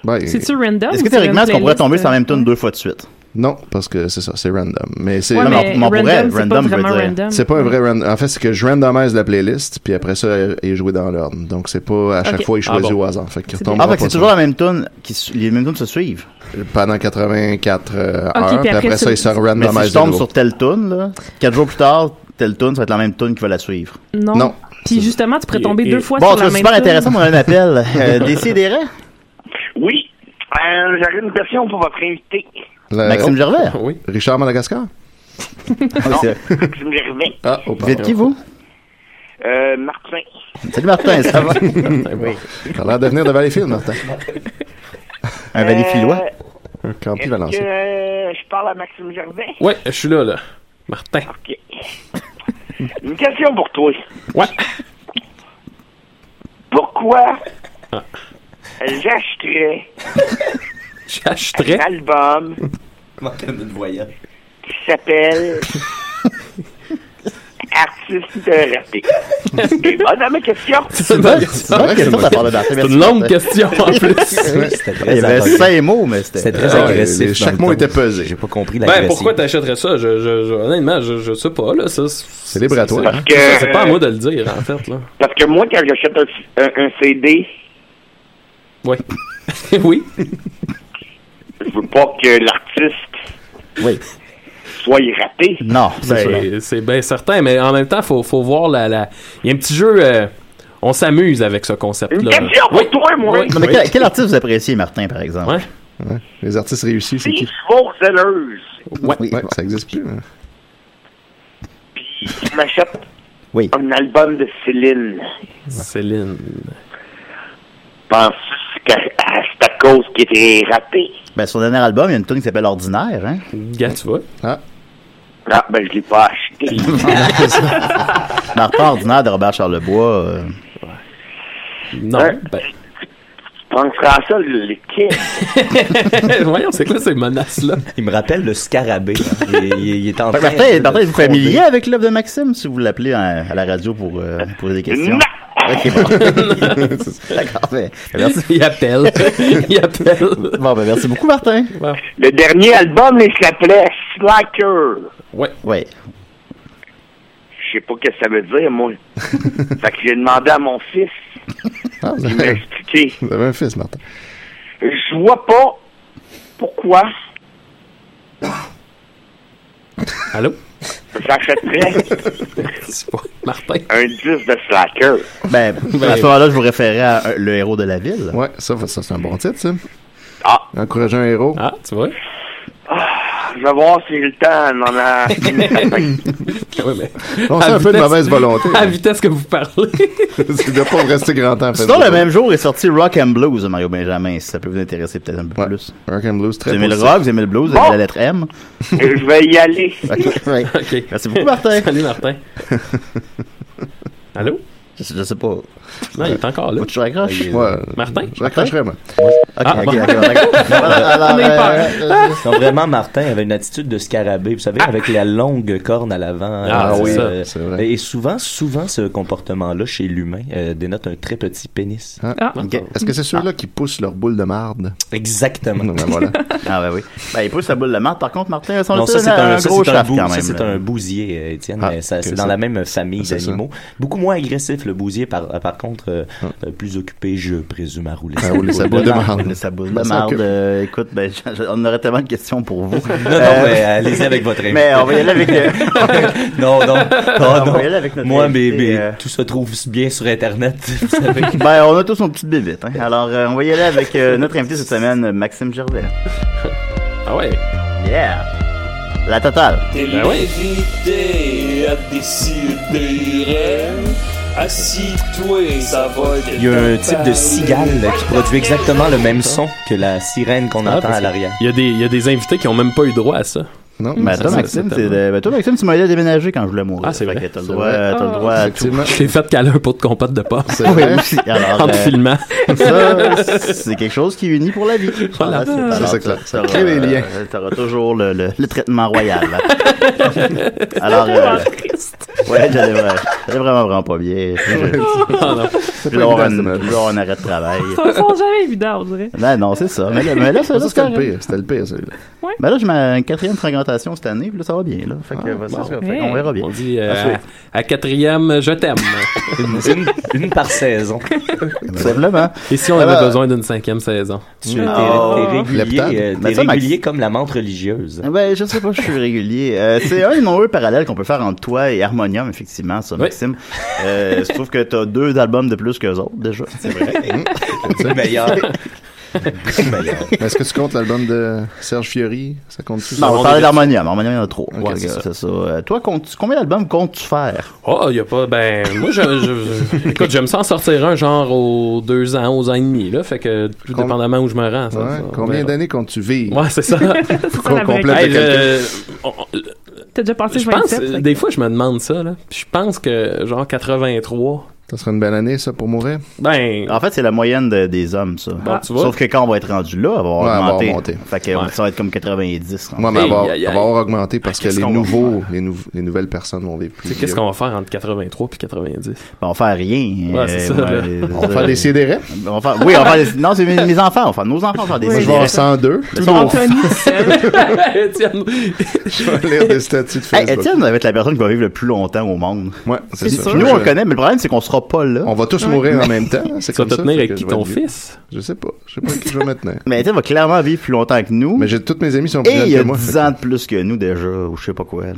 Speaker 7: Ben, euh,
Speaker 6: C'est-tu
Speaker 5: Est-ce
Speaker 6: random ou
Speaker 5: que
Speaker 6: c'est
Speaker 5: théoriquement,
Speaker 6: une
Speaker 5: est-ce qu'on pourrait
Speaker 6: playlist,
Speaker 5: tomber sur la
Speaker 6: euh,
Speaker 5: même tune deux fois de suite?
Speaker 7: Non, parce que c'est ça, c'est random. Mais c'est
Speaker 6: Ouais, Non, mais mais on- on random, pourrait, c'est pas random veut vraiment dire. random.
Speaker 7: C'est pas un vrai random. En fait, c'est que je randomise la playlist, puis après ça, elle est jouée dans l'ordre. Donc c'est pas à chaque
Speaker 5: Ok.
Speaker 7: fois il
Speaker 5: Ah
Speaker 7: choisit
Speaker 5: bon.
Speaker 7: au hasard. Fait qu'il
Speaker 5: Ah,
Speaker 7: retombera
Speaker 5: fait que
Speaker 7: pas
Speaker 5: c'est
Speaker 7: sur-
Speaker 5: toujours la même tune, qui su- les mêmes tunes se suivent.
Speaker 7: pendant 84 euh, heures, puis après, ça il se
Speaker 5: Mais
Speaker 7: randomise
Speaker 5: si je
Speaker 7: de
Speaker 5: tombe
Speaker 7: nouveau.
Speaker 5: sur telle tune, là, 4 jours plus tard, telle tune, ça va être la même tune qui va la suivre.
Speaker 6: Non. Puis justement, tu pourrais tomber deux fois
Speaker 5: bon,
Speaker 6: sur la
Speaker 5: c'est
Speaker 6: même
Speaker 5: super
Speaker 6: tune.
Speaker 5: intéressant, on a un appel. Euh, Décidérez.
Speaker 10: Oui.
Speaker 11: Ben, j'aurais une question pour votre invité.
Speaker 7: La-
Speaker 5: Maxime
Speaker 7: Oh.
Speaker 5: Gervais?
Speaker 8: Oui.
Speaker 7: Richard Madagascar?
Speaker 5: Non.
Speaker 11: Je me reviens.
Speaker 7: Ah, oh, pardon.
Speaker 5: Vous êtes qui, vous?
Speaker 11: Euh, Martin.
Speaker 5: Salut Martin, ça va?
Speaker 7: oui. Ça a l'air de venir de Valleyfield, Martin.
Speaker 5: Un Valleyfieldois?
Speaker 7: Un Campi
Speaker 11: Est-ce que
Speaker 7: Valencien.
Speaker 11: euh, je parle à Maxime Gervais?
Speaker 8: Ouais, je suis là, là. Martin.
Speaker 11: OK. Une question pour toi.
Speaker 8: Ouais.
Speaker 11: Pourquoi
Speaker 8: Ah.
Speaker 11: j'achèterais
Speaker 8: J'achèterais.
Speaker 11: un album qui s'appelle Artiste de rappé? C'est bonne à ma question.
Speaker 8: C'est une bonne question.
Speaker 5: bonne question, ça parle de Martin.
Speaker 8: C'est
Speaker 5: Merci,
Speaker 8: une longue
Speaker 5: Martin.
Speaker 8: question, en plus.
Speaker 5: Ouais. Il y avait cinq mots, mais c'était
Speaker 9: C'était très
Speaker 5: Ah ouais,
Speaker 9: agressif.
Speaker 5: les-
Speaker 9: dans
Speaker 5: chaque
Speaker 9: le
Speaker 5: mot
Speaker 9: ton.
Speaker 5: était pesé.
Speaker 9: J'ai pas compris
Speaker 8: Ben,
Speaker 9: l'agression.
Speaker 8: pourquoi t'achèterais ça? Je, je, je- honnêtement, je, je sais pas, là. Ça, c'est
Speaker 7: libre à toi,
Speaker 8: c'est-
Speaker 7: hein.
Speaker 8: c'est- C'est pas à moi de le dire, en fait, là.
Speaker 11: Parce que moi, quand j'achète un, un- un CD,
Speaker 8: Oui. oui.
Speaker 11: je veux pas que l'artiste
Speaker 5: Oui.
Speaker 11: soit rappé.
Speaker 5: Non,
Speaker 8: C'est- Ben, C'est bien certain, mais en même temps, faut, faut voir la, la- Il y a un petit jeu. euh, on s'amuse avec ce
Speaker 11: Une
Speaker 8: concept-là.
Speaker 11: question pour
Speaker 8: Oui.
Speaker 11: toi, moi.
Speaker 8: Oui.
Speaker 5: Non, mais quel, quel artiste vous appréciez, Martin, par exemple?
Speaker 7: Ouais. Les artistes réussis, c'est
Speaker 11: Six
Speaker 7: qui?
Speaker 11: chevaux zéleuses.
Speaker 8: Ouais.
Speaker 7: Ouais, ça existe plus. hein.
Speaker 11: Je m'achète
Speaker 5: Oui.
Speaker 11: un album de Céline.
Speaker 8: Céline.
Speaker 11: Penses-tu qu'à à- c'est à cause qu'il était rappé?
Speaker 5: Ben, son dernier album, il y a une tune qui s'appelle Ordinaire, hein?
Speaker 8: Gars, tu vois.
Speaker 7: Ah.
Speaker 11: Non, ben je l'ai pas acheté.
Speaker 5: Martin Ben, Ordinaire de Robert Charlebois. euh,
Speaker 8: Non.
Speaker 11: Hein?
Speaker 8: Ben.
Speaker 11: Tu penseras à ça, le kid.
Speaker 8: Voyons, c'est quoi ces menaces-là?
Speaker 9: Il me rappelle le scarabée. hein. Il, il- il est en
Speaker 5: Fait
Speaker 9: train
Speaker 5: que Martin,
Speaker 9: de
Speaker 5: Martin,
Speaker 9: le
Speaker 5: êtes-vous
Speaker 9: gronder.
Speaker 5: familier avec l'œuvre de Maxime si vous l'appelez à, à la radio pour euh, poser des questions?
Speaker 11: Non!
Speaker 5: Ok, bon. D'accord, ben, merci.
Speaker 8: Il appelle. Il appelle.
Speaker 5: Bon, ben, merci beaucoup, Martin.
Speaker 11: Le dernier album, il s'appelait Slacker.
Speaker 8: Ouais.
Speaker 5: Oui.
Speaker 11: Je sais pas ce que ça veut dire, moi. fait que j'ai demandé à mon fils.
Speaker 7: Ah, vous,
Speaker 11: Il m'a
Speaker 7: avez,
Speaker 11: expliqué.
Speaker 7: vous avez un fils, Martin.
Speaker 11: Je vois pas pourquoi
Speaker 8: Allô?
Speaker 11: j'achèterais
Speaker 8: C'est pas- Martin.
Speaker 11: un disque de Slacker.
Speaker 5: Ben, à ce moment-là, je vous référais à euh, Le héros de la ville.
Speaker 7: Ouais, ça, ça c'est un
Speaker 5: Mm.
Speaker 7: bon titre, ça.
Speaker 11: Ah.
Speaker 7: Encourager un héros.
Speaker 8: Ah, tu vois?
Speaker 11: Je vais voir si j'ai le temps d'en a...
Speaker 8: Oui, mais.
Speaker 7: On sent
Speaker 8: à
Speaker 7: un peu de
Speaker 8: vitesse-
Speaker 7: mauvaise volonté. hein.
Speaker 8: À vitesse que vous parlez.
Speaker 7: c'est de pas rester grand temps. en fait.
Speaker 5: Sinon, le même jour est sorti Rock and Blues de Mario Benjamin, si ça peut vous intéresser peut-être un peu
Speaker 7: Ouais.
Speaker 5: plus.
Speaker 7: Rock and Blues,
Speaker 5: Vous
Speaker 7: très
Speaker 5: aimez le
Speaker 7: positif.
Speaker 5: rock, vous aimez le blues, vous
Speaker 11: Bon.
Speaker 5: aimez la lettre M.
Speaker 11: Je vais y aller.
Speaker 5: Ok, ouais.
Speaker 8: OK.
Speaker 5: Merci beaucoup, Martin.
Speaker 8: Salut, Martin. Allô?
Speaker 5: Je, je sais pas.
Speaker 8: Non, il est encore là.
Speaker 5: Faut que je raccroche.
Speaker 7: Ouais.
Speaker 8: Martin?
Speaker 7: Je raccrocherais, moi.
Speaker 5: Ok,
Speaker 8: Ah,
Speaker 5: ok,
Speaker 8: bon.
Speaker 5: ok, d'accord. Alors, euh,
Speaker 8: Ah.
Speaker 9: Non, vraiment, Martin avait une attitude de scarabée, vous savez, avec la longue corne à l'avant.
Speaker 8: Ah,
Speaker 9: Euh,
Speaker 8: oui,
Speaker 9: euh,
Speaker 7: c'est vrai.
Speaker 9: Et souvent, souvent, ce comportement-là chez l'humain euh, dénote un très petit pénis.
Speaker 7: Ah.
Speaker 5: Ok.
Speaker 7: Est-ce que c'est ceux-là qui poussent leur boule de marde?
Speaker 9: Exactement.
Speaker 7: Non, ben voilà.
Speaker 5: Ah, ben oui. Ben, il pousse la boule de marde. Par contre, Martin, son
Speaker 9: Non, ça,
Speaker 5: style,
Speaker 9: c'est un, ça,
Speaker 5: gros
Speaker 9: c'est un,
Speaker 5: chef
Speaker 9: bou-
Speaker 5: quand
Speaker 9: ça,
Speaker 5: même.
Speaker 9: c'est un bousier, euh, Étienne.
Speaker 7: Ah,
Speaker 9: mais ça,
Speaker 7: ok,
Speaker 9: c'est
Speaker 7: ça.
Speaker 9: dans la même famille
Speaker 7: C'est ça.
Speaker 9: d'animaux. Beaucoup moins agressif, le bousier, par, par contre, euh, euh, plus occupé, je présume, à rouler
Speaker 7: À rouler Ah sa boule de marde.
Speaker 5: Le sabot de
Speaker 7: Ça
Speaker 5: marde.
Speaker 7: occupe.
Speaker 5: euh, écoute, ben, je- je- on aurait tellement de questions pour vous.
Speaker 9: Non, non,
Speaker 5: Euh,
Speaker 9: mais allez-y avec votre invité.
Speaker 5: mais on va y aller avec le-
Speaker 9: non, non. Oh,
Speaker 5: On
Speaker 9: non.
Speaker 5: va y aller avec notre
Speaker 9: Moi, mais,
Speaker 5: invité,
Speaker 9: mais
Speaker 5: euh.
Speaker 9: tout se trouve bien sur Internet, vous savez.
Speaker 5: Ben, on a tous nos petites bébites. hein. Alors, euh, on va y aller avec euh, notre invité cette semaine, Maxime Gervais.
Speaker 8: Ah ouais.
Speaker 5: Yeah! La totale.
Speaker 8: Ben oui.
Speaker 9: Il y a un type de cigale qui produit exactement le même son que la sirène qu'on
Speaker 8: Ah,
Speaker 9: entend
Speaker 8: parce
Speaker 9: à
Speaker 8: que
Speaker 9: l'arrière.
Speaker 8: Il y, a des- il y a des invités qui ont même pas eu droit à ça.
Speaker 7: Non,
Speaker 5: Ben,
Speaker 7: ça,
Speaker 5: toi,
Speaker 7: ça,
Speaker 5: Maxime,
Speaker 8: c'est
Speaker 5: c'est de- ben, toi, Maxime, tu m'as aidé à déménager quand je voulais mourir.
Speaker 8: Ah, c'est
Speaker 5: Fait
Speaker 8: vrai.
Speaker 5: que T'as le
Speaker 7: C'est
Speaker 5: droit,
Speaker 7: vrai.
Speaker 5: t'as le droit à tout.
Speaker 7: effectivement.
Speaker 8: Je t'ai fait caler un pot de compote de pomme
Speaker 7: C'est vrai.
Speaker 5: Aussi. Alors,
Speaker 8: en te
Speaker 5: euh,
Speaker 8: filmant.
Speaker 5: ça, c'est quelque chose qui unit pour la vie.
Speaker 8: Voilà.
Speaker 5: Alors,
Speaker 7: Ça, c'est clair.
Speaker 5: t'auras-
Speaker 7: Ça crée des liens.
Speaker 5: euh, T'auras toujours le, le- le traitement royal. hein. Alors, euh, ouais, j'allais vra- j'allais vraiment, vraiment pas bien. Je
Speaker 7: C'est
Speaker 5: voulais
Speaker 7: pas
Speaker 5: avoir,
Speaker 7: évident,
Speaker 5: une-
Speaker 7: c'est
Speaker 5: je
Speaker 7: mal.
Speaker 5: voulais avoir un arrêt de travail.
Speaker 6: Ça sont jamais évident, on dirait.
Speaker 5: Ben non, c'est ça. Mais là, mais là, ça,
Speaker 7: Ça,
Speaker 5: ça,
Speaker 7: c'était
Speaker 5: c'est
Speaker 7: le pire. C'était le pire, celui-là.
Speaker 5: Ben là, j'ai ma quatrième fréquentation cette année, puis là, ça va bien. Là. Fait
Speaker 8: Ah,
Speaker 5: que, bah, ça, ça, fait qu'on verra bien.
Speaker 8: On dit euh,
Speaker 5: Ensuite.
Speaker 8: à, à quatrième, je t'aime.
Speaker 9: Une, une- une par saison.
Speaker 5: Tout simplement.
Speaker 8: Et si on
Speaker 5: Alors,
Speaker 8: avait besoin d'une cinquième saison?
Speaker 9: Tu es,
Speaker 5: Non.
Speaker 9: régulier,
Speaker 7: Leptade.
Speaker 9: euh, t'es
Speaker 5: Mais ça, Max-
Speaker 9: régulier comme la menthe religieuse.
Speaker 5: Ben, je sais pas, je suis régulier. Euh, c'est un des nombreux parallèles qu'on peut faire entre toi et Harmonium, effectivement, ça,
Speaker 8: Oui.
Speaker 5: Maxime.
Speaker 7: Hein?
Speaker 5: Euh, je trouve que t'as deux albums de plus qu'eux autres, déjà.
Speaker 9: C'est vrai. le meilleur.
Speaker 7: Mais Est-ce que tu comptes l'album de Serge Fiori Ça compte tout
Speaker 5: Non, on parlait d'harmonium. Harmonium, il y en a trop. Ouais, c'est ça. Euh, toi, comptes- combien d'albums comptes-tu faire?
Speaker 8: Oh, il a pas. Ben, moi, je, je- je- écoute, j'aime ça en sortir un genre aux deux ans, aux ans et demi, là. Fait que tout
Speaker 7: Com-
Speaker 8: dépendamment où je me rends. ça-
Speaker 7: Ouais,
Speaker 8: ça-
Speaker 7: combien
Speaker 8: ben,
Speaker 7: d'années comptes-tu vivre
Speaker 8: Ouais, c'est ça.
Speaker 7: Pour qu'on complète
Speaker 8: Hey,
Speaker 7: le calcul.
Speaker 8: je- on- on-
Speaker 6: T'as déjà passé
Speaker 8: je pense, euh,
Speaker 6: 27, fait
Speaker 8: des fois, je me demande ça, là. Je pense que, genre, 83.
Speaker 7: Ça serait une belle année, ça, pour mourir.
Speaker 8: Ben.
Speaker 5: En fait, c'est la moyenne de- des hommes, ça.
Speaker 8: Bon, tu vois.
Speaker 5: Sauf que quand on va être rendu là, elle va
Speaker 7: Ouais, elle va
Speaker 5: avoir augmenté.
Speaker 7: remonter.
Speaker 5: Fait que
Speaker 7: Ouais.
Speaker 5: ça va être comme 90.
Speaker 7: Moi, mais
Speaker 5: rendu
Speaker 7: elle
Speaker 5: là.
Speaker 7: va, elle va avoir augmenté
Speaker 8: Ah,
Speaker 7: parce que
Speaker 5: Qu'est-ce
Speaker 7: les
Speaker 5: qu'on va
Speaker 7: nouveaux, les, nou- les nouvelles personnes vont vivre plus.
Speaker 8: Tu sais, qu'est-ce qu'on va faire entre 83 puis 90?
Speaker 5: Ben, on va faire rien. euh,
Speaker 8: Ouais, c'est ça, là.
Speaker 7: On va faire des sidérés?
Speaker 5: On va faire- Oui, on va faire des... Non, c'est mes, mes enfants. On va faire nos enfants. On va faire des
Speaker 7: Moi, je vais avoir 102.
Speaker 5: Mais ça, on-
Speaker 8: Étienne.
Speaker 7: Je vais lire des statuts de
Speaker 5: Hey,
Speaker 7: Facebook.
Speaker 5: Étienne va être la personne qui va vivre le plus longtemps au monde.
Speaker 7: Ouais, c'est
Speaker 5: Puis
Speaker 7: ça.
Speaker 5: Nous, on
Speaker 7: Je-
Speaker 5: connaît, mais le problème, c'est qu'on sera pas là.
Speaker 7: On va tous mourir en même temps. hein, C'est
Speaker 8: Tu vas
Speaker 7: comme
Speaker 8: te
Speaker 7: ça,
Speaker 8: tenir
Speaker 7: fait
Speaker 8: avec
Speaker 7: que
Speaker 8: qui
Speaker 7: je vais
Speaker 8: ton
Speaker 7: être vieux.
Speaker 8: fils?
Speaker 7: Je sais pas. Je sais pas avec qui je vais me tenir.
Speaker 5: Mais Étienne va clairement vivre plus longtemps que nous.
Speaker 7: Mais j'ai toutes mes amis sont plus
Speaker 5: Et il y
Speaker 7: jeunes
Speaker 5: a
Speaker 7: que moi.
Speaker 5: 10 ans de plus que nous déjà, ou je sais pas quoi. là.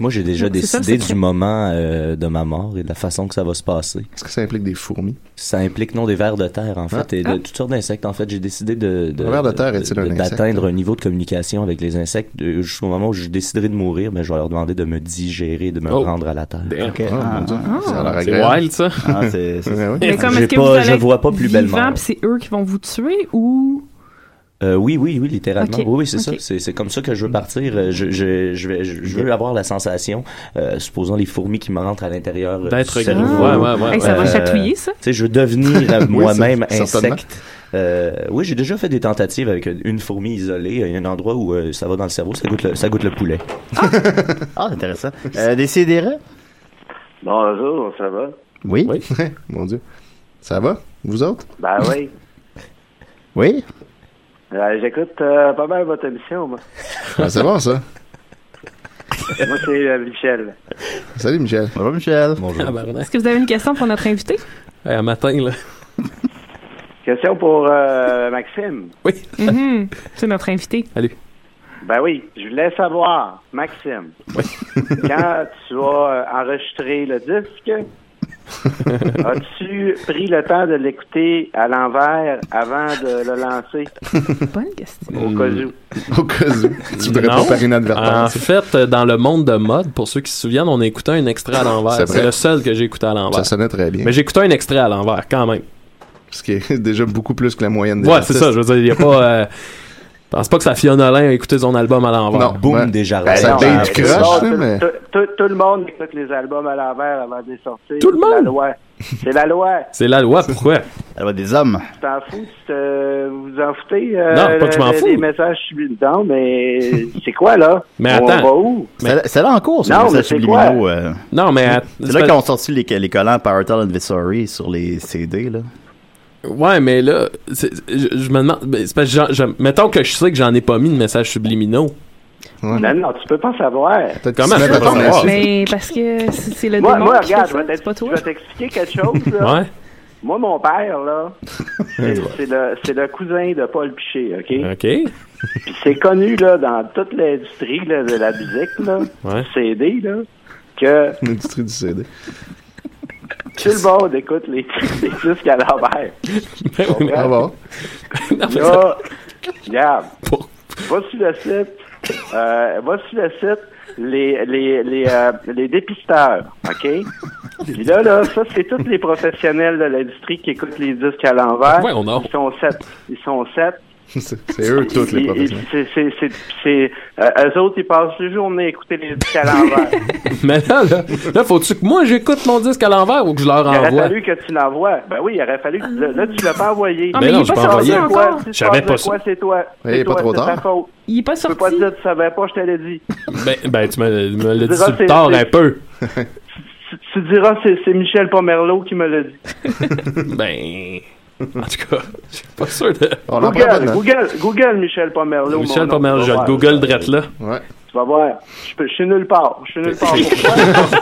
Speaker 9: Moi, j'ai déjà
Speaker 5: C'est ça, le
Speaker 9: décidé
Speaker 5: secret.
Speaker 9: du moment euh, de ma mort et de la façon que ça va se passer.
Speaker 7: Est-ce que ça implique des fourmis?
Speaker 9: Ça implique non des vers de terre, en fait,
Speaker 7: Ah.
Speaker 9: et de
Speaker 7: Ah.
Speaker 9: toutes sortes d'insectes. En fait, j'ai décidé de, de-
Speaker 7: Un ver de terre
Speaker 9: de-
Speaker 7: est-il un
Speaker 9: de-
Speaker 7: insecte?
Speaker 9: d'atteindre un niveau de communication avec les insectes euh, jusqu'au moment où je déciderai de mourir, mais je vais leur demander de me digérer, de me
Speaker 8: Oh.
Speaker 9: rendre à la terre.
Speaker 5: Ok.
Speaker 7: Ah, mon Dieu. Ça a l'air
Speaker 8: C'est
Speaker 7: agréable. Ben
Speaker 8: wild, ça.
Speaker 5: Ah, c'est- c'est-
Speaker 7: Ouais, ouais.
Speaker 6: Mais comme
Speaker 9: J'ai
Speaker 6: est-ce que
Speaker 9: pas-
Speaker 6: vous allez
Speaker 9: je
Speaker 6: être
Speaker 9: vois pas plus belle
Speaker 6: vivant,
Speaker 9: mort.
Speaker 6: puis c'est eux qui vont vous tuer ou
Speaker 9: Euh, oui, oui, oui, littéralement.
Speaker 6: Ok,
Speaker 9: Oui, oui, c'est
Speaker 6: ok.
Speaker 9: ça. C'est- C'est comme ça que je veux partir. Euh, Je, je, je, vais, je, je veux avoir la sensation, euh, supposons les fourmis qui me rentrent à l'intérieur euh,
Speaker 8: D'être
Speaker 9: du
Speaker 8: gros.
Speaker 9: cerveau. Euh,
Speaker 8: Ouais, ouais, ouais. Hey, ça va chatouiller, ça?
Speaker 9: Tu sais, je veux devenir euh,
Speaker 8: Oui,
Speaker 9: moi-même
Speaker 8: c'est- certainement.
Speaker 9: insecte. Euh, oui, j'ai déjà fait des tentatives avec une fourmi isolée. Il y a un endroit où euh, ça va dans le cerveau, ça goûte le, ça goûte le poulet.
Speaker 5: Ah, intéressant. Euh, des sidérés?
Speaker 10: Bonjour, ça va?
Speaker 5: Oui.
Speaker 7: Mon Dieu. Ça va? Vous autres?
Speaker 10: Ben oui.
Speaker 5: Oui.
Speaker 10: Euh, J'écoute euh, pas mal votre émission, moi.
Speaker 7: Ah, c'est bon, ça.
Speaker 10: moi, c'est euh, Michel.
Speaker 7: Salut, Michel.
Speaker 5: Bonjour, Michel.
Speaker 8: Ah, ben, ouais.
Speaker 6: est-ce que vous avez une question pour notre invité?
Speaker 8: Hey, à matin, là.
Speaker 10: Question pour euh, Maxime.
Speaker 8: Oui.
Speaker 6: Mhm. C'est notre invité.
Speaker 8: Salut.
Speaker 10: Ben oui, je voulais savoir, Maxime, quand tu as enregistré le disque, as-tu pris le temps de l'écouter à l'envers avant de le lancer?
Speaker 6: Bonne question.
Speaker 10: Au cas où.
Speaker 7: Au cas où. Tu voudrais
Speaker 8: Non.
Speaker 7: pas faire
Speaker 9: Ah,
Speaker 7: inadvertance.
Speaker 8: En fait, euh, dans le monde de mode, pour ceux qui se souviennent, on écoutait un extrait à l'envers.
Speaker 7: C'est
Speaker 8: C'est
Speaker 7: vrai.
Speaker 8: le seul que j'ai écouté à l'envers.
Speaker 7: Ça sonnait très bien.
Speaker 8: Mais j'écoutais un extrait à l'envers, quand même.
Speaker 7: Ce qui est déjà beaucoup plus que la moyenne des
Speaker 8: Ouais, c'est
Speaker 7: artistes.
Speaker 8: ça. Je veux dire, il n'y a pas. euh, Je pense pas que ça Fiona Lin a écouté son album à
Speaker 7: Non,
Speaker 8: l'envers.
Speaker 7: Boum, ouais. Ben,
Speaker 9: Desjardins.
Speaker 7: Ça
Speaker 10: Non,
Speaker 7: date
Speaker 10: euh,
Speaker 7: du
Speaker 10: tout le
Speaker 7: crush,
Speaker 10: monde-
Speaker 7: là, mais...
Speaker 10: tout, tout- tout le monde écoute les albums à l'envers avant de les sortir.
Speaker 8: Tout le
Speaker 10: C'est la
Speaker 8: monde?
Speaker 10: loi. C'est la loi.
Speaker 8: C'est la loi, pourquoi?
Speaker 5: Elle va des hommes.
Speaker 10: Tu t'en fous, tu te- vous vous en foutez. euh,
Speaker 8: Non, pas que je m'en
Speaker 10: des-
Speaker 8: fous.
Speaker 10: Des messages subliminaux, mais c'est quoi, là?
Speaker 8: Mais
Speaker 10: On
Speaker 8: attends.
Speaker 10: va où?
Speaker 5: C'est- C'est là en cours, c'est
Speaker 10: Non,
Speaker 5: les
Speaker 10: mais
Speaker 5: messages
Speaker 10: c'est
Speaker 5: subliminaux.
Speaker 10: quoi?
Speaker 5: euh.
Speaker 8: Non, mais. att-
Speaker 5: C'est là qu'ils ont sorti les, les collants Parental Advisory sur les CD. Là.
Speaker 8: Ouais, mais là, c'est- je, je me demande. ben, c'est parce que j'en- j'en- mettons que je sais que j'en ai pas mis de messages subliminaux.
Speaker 10: Non, non, tu peux pas savoir.
Speaker 8: Comment
Speaker 7: qu'ils
Speaker 8: je
Speaker 7: se
Speaker 8: peux
Speaker 7: mettent
Speaker 8: pas
Speaker 7: en
Speaker 8: savoir?
Speaker 6: Mais parce que c'est c'est le
Speaker 10: Moi,
Speaker 6: démon
Speaker 10: moi
Speaker 6: qui fait
Speaker 10: regarde, je
Speaker 6: ça,
Speaker 10: vais
Speaker 6: c'est pas
Speaker 10: t'ex-
Speaker 6: toi.
Speaker 10: je vais t'expliquer quelque chose. Là.
Speaker 8: Ouais.
Speaker 10: Moi, mon père, là, c'est c'est le, c'est le cousin de Paul Piché, OK?
Speaker 8: OK.
Speaker 10: Puis c'est connu, là, dans toute l'industrie là, de la musique, là,
Speaker 8: Ouais.
Speaker 10: du CD, là, que
Speaker 7: L'industrie du CD.
Speaker 10: tout le monde écoute les, les disques à l'envers.
Speaker 8: Ben oui, mais-
Speaker 7: Au revoir.
Speaker 10: Là, regarde,
Speaker 8: Bon.
Speaker 10: va sur le site, euh, va sur le site, les, les, les, euh, les dépisteurs, OK? Puis là, là, ça, c'est tous les professionnels de l'industrie qui écoutent les disques à l'envers.
Speaker 8: Ouais, on a-
Speaker 10: Ils sont sept. Ils sont sept.
Speaker 7: C'est c'est eux toutes les
Speaker 10: Ils- ils-
Speaker 7: professionnels.
Speaker 10: c'est- c'est- c'est- c'est- euh, eux autres, ils passent les journées à écouter les disques à l'envers.
Speaker 8: mais là, là, là, faut-tu que moi j'écoute mon disque à l'envers ou que je leur
Speaker 10: Il aurait
Speaker 8: envoie?
Speaker 10: fallu que tu l'envoies. Ben oui, il aurait fallu. que- Là, là, tu l'as pas envoyé.
Speaker 6: Ah, mais
Speaker 8: Ben non,
Speaker 6: il est
Speaker 8: je
Speaker 6: pas
Speaker 8: peux
Speaker 6: sorti
Speaker 8: envoyer.
Speaker 6: encore.
Speaker 10: Si tu
Speaker 8: Je savais
Speaker 10: penses
Speaker 8: pas
Speaker 10: de
Speaker 8: ça.
Speaker 10: quoi, c'est toi.
Speaker 7: Ouais, il est
Speaker 10: C'est
Speaker 7: pas
Speaker 10: toi,
Speaker 7: trop
Speaker 10: c'est ta
Speaker 7: tard.
Speaker 10: faute.
Speaker 6: Il est pas
Speaker 10: Tu peux pas
Speaker 6: sorti.
Speaker 10: dire que tu savais pas, je te l'ai dit.
Speaker 8: Ben, ben, tu me, me l'as dit
Speaker 10: diras,
Speaker 8: sur le
Speaker 10: c'est-
Speaker 8: tard
Speaker 10: c'est-
Speaker 8: un peu.
Speaker 10: Tu, tu diras, c'est c'est Michel Pomerleau qui me l'a dit.
Speaker 8: Ben. En tout cas, je suis pas sûr de.
Speaker 7: On en prend pas de
Speaker 10: Google,
Speaker 7: notes.
Speaker 10: Google, Google Michel Pomerleau. mon
Speaker 8: Michel
Speaker 10: nom.
Speaker 8: Pomerleau,
Speaker 10: Tu
Speaker 8: je
Speaker 10: vas
Speaker 8: le
Speaker 10: voir.
Speaker 8: Google drette là.
Speaker 7: Ouais.
Speaker 10: Tu vas voir. Je, peux- je suis nulle part. Je suis nulle part. Pourquoi?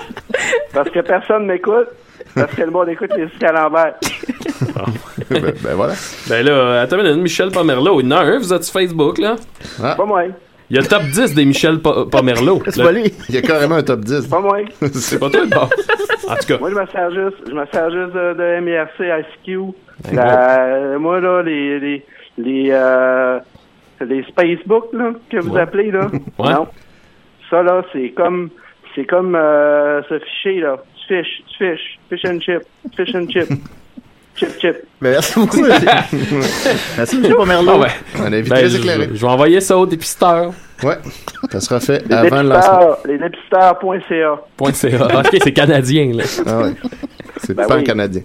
Speaker 10: Parce que personne m'écoute. Parce que le monde écoute les disques à l'envers.
Speaker 7: ben, ben voilà.
Speaker 8: Ben là, attends une minute, Michel Pomerleau. Il y en a un, vous êtes sur Facebook, là.
Speaker 7: Ah.
Speaker 10: Pas moi.
Speaker 8: Il y a le top 10 des Michel Po- Pomerleau.
Speaker 5: C'est pas lui.
Speaker 7: Il y a carrément un top 10.
Speaker 10: Pas moi.
Speaker 8: C'est pas toi, le boss. En tout cas.
Speaker 10: Moi, je me sers juste, je me sers juste de, de MRC, ICQ. La- moi, là, les, les, les, euh, les Spacebook, là, que vous
Speaker 8: Ouais.
Speaker 10: appelez, là.
Speaker 8: Ouais.
Speaker 10: Non. Ça, là, c'est comme, c'est comme, euh, ce fichier, là. Tu fiches, tu fiches, fish and chip, fish and chip. Chip, chip.
Speaker 7: Merci beaucoup.
Speaker 10: Merci, monsieur Pomerleau.
Speaker 8: Ah ouais.
Speaker 7: On a vite
Speaker 8: Ben,
Speaker 7: les
Speaker 8: je-
Speaker 7: éclairés.
Speaker 8: Je, vais envoyer ça au dépisteur.
Speaker 7: Ouais. Ça sera fait
Speaker 10: Les
Speaker 7: avant le lancement.
Speaker 10: dépisteurs, les dépisteurs.ca.
Speaker 8: Point .ca. ok, c'est canadien, là.
Speaker 7: Ah ouais. C'est
Speaker 10: Ben
Speaker 7: pas
Speaker 10: oui.
Speaker 7: canadien.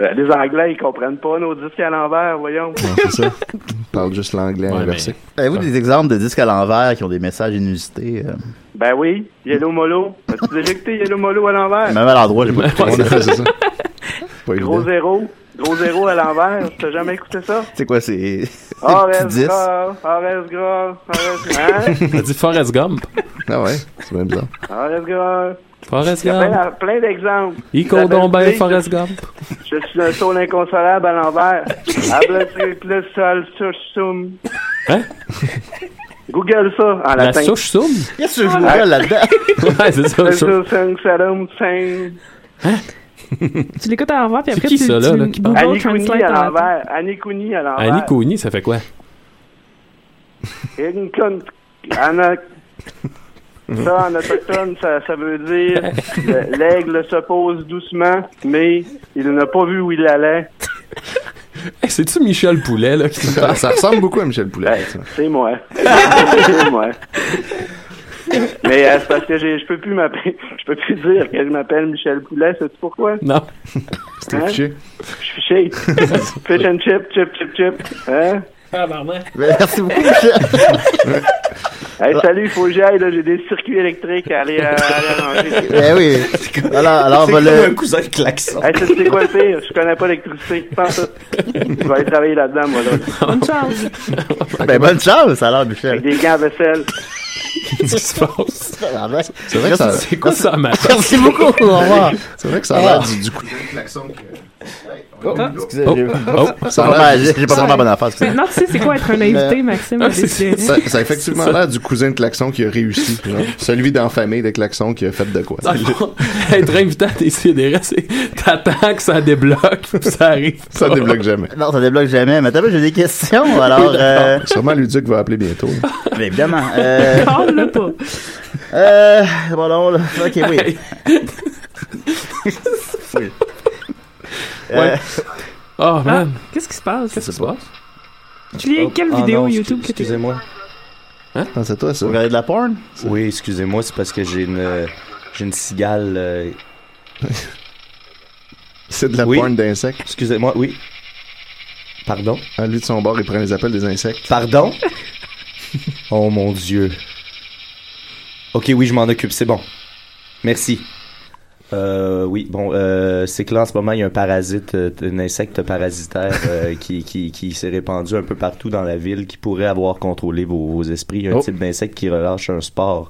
Speaker 10: Euh, Les Anglais, ils comprennent pas nos disques à l'envers, voyons.
Speaker 7: C'est ça. On parle juste l'anglais inversé.
Speaker 5: Avez-vous des exemples de disques à l'envers qui ont des messages inusités? euh?
Speaker 10: Ben oui, Yellow Molo. As-tu déjà écouté Yellow Molo à l'envers?
Speaker 5: Même à l'endroit, j'ai pas écouté.
Speaker 7: On a fait ça. Pas
Speaker 10: Gros
Speaker 7: évident.
Speaker 10: zéro. Gros zéro à l'envers. T'as jamais écouté ça?
Speaker 5: C'est quoi, c'est.
Speaker 10: Ah,
Speaker 5: Petit
Speaker 10: reste
Speaker 5: disque.
Speaker 10: gras, ah, reste gras, ah, reste- hein?
Speaker 8: T'as dit Forrest Gump.
Speaker 7: Ah ouais, c'est même bizarre.
Speaker 10: Ah, reste gras.
Speaker 8: Forrest
Speaker 10: Il y a
Speaker 8: Gump.
Speaker 10: plein, plein d'exemples.
Speaker 8: Il court donc bien,
Speaker 10: Isabelle
Speaker 8: Forrest Gump.
Speaker 10: Je suis un saule inconsolable à l'envers. Ablati le sol sur soum.
Speaker 8: Hein?
Speaker 10: Google ça en
Speaker 8: La
Speaker 10: latin.
Speaker 8: souche soum.
Speaker 5: Qu'est-ce que je
Speaker 10: Ah.
Speaker 5: vois là-dedans?
Speaker 8: Ouais, c'est ça.
Speaker 10: Le
Speaker 8: ça. Hein?
Speaker 10: sol, sing, salum, sing.
Speaker 6: Tu l'écoutes à l'envers, puis
Speaker 8: C'est
Speaker 6: après
Speaker 8: qui,
Speaker 6: tu,
Speaker 8: ça, là,
Speaker 6: tu
Speaker 8: là, qui parle?
Speaker 6: Google
Speaker 10: Annie Cooney
Speaker 6: Translate
Speaker 10: à
Speaker 6: en-
Speaker 10: l'envers. Annie Cooney à
Speaker 8: Annie
Speaker 7: Ah
Speaker 10: l'envers.
Speaker 8: Cooney, ça fait quoi?
Speaker 10: Une con- Anna- Ça, en autochtone, ça, ça veut dire le- l'aigle se pose doucement, mais il n'a pas vu où il allait.
Speaker 8: Hey, C'est-tu Michel Poulet, là, qui me
Speaker 7: Ça,
Speaker 8: parle?
Speaker 7: ça ressemble beaucoup à Michel Poulet. ça.
Speaker 10: C'est moi. C'est moi. Mais euh, c'est parce que j'ai- je peux plus m'appeler, je peux plus dire que je m'appelle Michel Poulet, sais-tu pourquoi? Hein?
Speaker 8: Non.
Speaker 7: C'était fiché.
Speaker 10: Je suis fiché. Fish and chip, chip, chip, chip. Hein?
Speaker 5: Ben, Merci beaucoup, Michel.
Speaker 10: Hey, salut, faut que j'aille, là, j'ai des circuits électriques à aller, euh, à aller ranger.
Speaker 5: Eh oui. Alors, alors, on va le.
Speaker 9: cousin de klaxon.
Speaker 10: Hey, tu sais quoi le pire? Je connais pas l'électricité. Pense ça. Je vais aller travailler là-dedans, moi, là.
Speaker 6: Bonne chance.
Speaker 5: Ben, bonne chance, alors,
Speaker 10: Avec
Speaker 5: Michel.
Speaker 10: des gants à vaisselle.
Speaker 8: Qu'est-ce qui se passe?
Speaker 5: Ah, ben,
Speaker 7: C'est vrai que ça,
Speaker 8: C'est quoi ça, ma
Speaker 5: Merci beaucoup. Au
Speaker 8: Ah.
Speaker 5: revoir.
Speaker 7: c'est vrai que ça a l'air du, du coup.
Speaker 5: Excusez,
Speaker 8: Oh,
Speaker 5: j'ai-
Speaker 8: oh.
Speaker 5: Ça a l'air- J'ai j'ai pas vraiment la bonne affaire. excusez.
Speaker 6: Maintenant, tu sais c'est quoi être un invité, Maxime.
Speaker 8: Ah, c'est-
Speaker 6: décidément.
Speaker 7: Ça, ça a effectivement l'air du cousin de Klaxon qui a réussi. genre. Celui d'en famille de Klaxon qui a fait de quoi.
Speaker 8: Dans le fond, Être invité à TCDR, c'est t'attends que ça débloque, puis ça arrive.
Speaker 7: Ça débloque jamais.
Speaker 5: Non, ça débloque jamais. Mais attends, j'ai des questions. Alors, euh,
Speaker 7: Ah, Sûrement Luduc va appeler bientôt.
Speaker 5: mais évidemment. Euh,
Speaker 6: Parle-le pas.
Speaker 5: euh, bon, non, là. Ok, oui.
Speaker 8: Hey.
Speaker 5: Euh,
Speaker 8: Oh,
Speaker 6: Ah,
Speaker 8: man.
Speaker 6: Qu'est-ce qui se passe?
Speaker 8: Qu'est-ce qui se passe?
Speaker 6: Julien, quelle
Speaker 9: Ah
Speaker 6: vidéo
Speaker 9: non, excu-
Speaker 6: YouTube que tu
Speaker 9: Excusez-moi.
Speaker 7: Ah, c'est toi, ça.
Speaker 5: Vous regardez de la porn?
Speaker 9: Oui, excusez-moi, c'est parce que j'ai une, euh, j'ai une cigale. euh,
Speaker 7: C'est de la
Speaker 9: Oui.
Speaker 7: porn d'insectes.
Speaker 9: Excusez-moi, oui. Pardon?
Speaker 7: Ah, lui, de son bord, il prend les appels des insectes.
Speaker 9: Pardon? oh mon dieu. Ok, oui, je m'en occupe, c'est bon. Merci. Euh, oui, bon, euh, c'est que là, en ce moment, il y a un parasite, euh, un insecte parasitaire euh, qui, qui, qui s'est répandu un peu partout dans la ville qui pourrait avoir contrôlé vos, vos esprits. Il y a un
Speaker 7: Oh.
Speaker 9: type d'insecte qui relâche un sport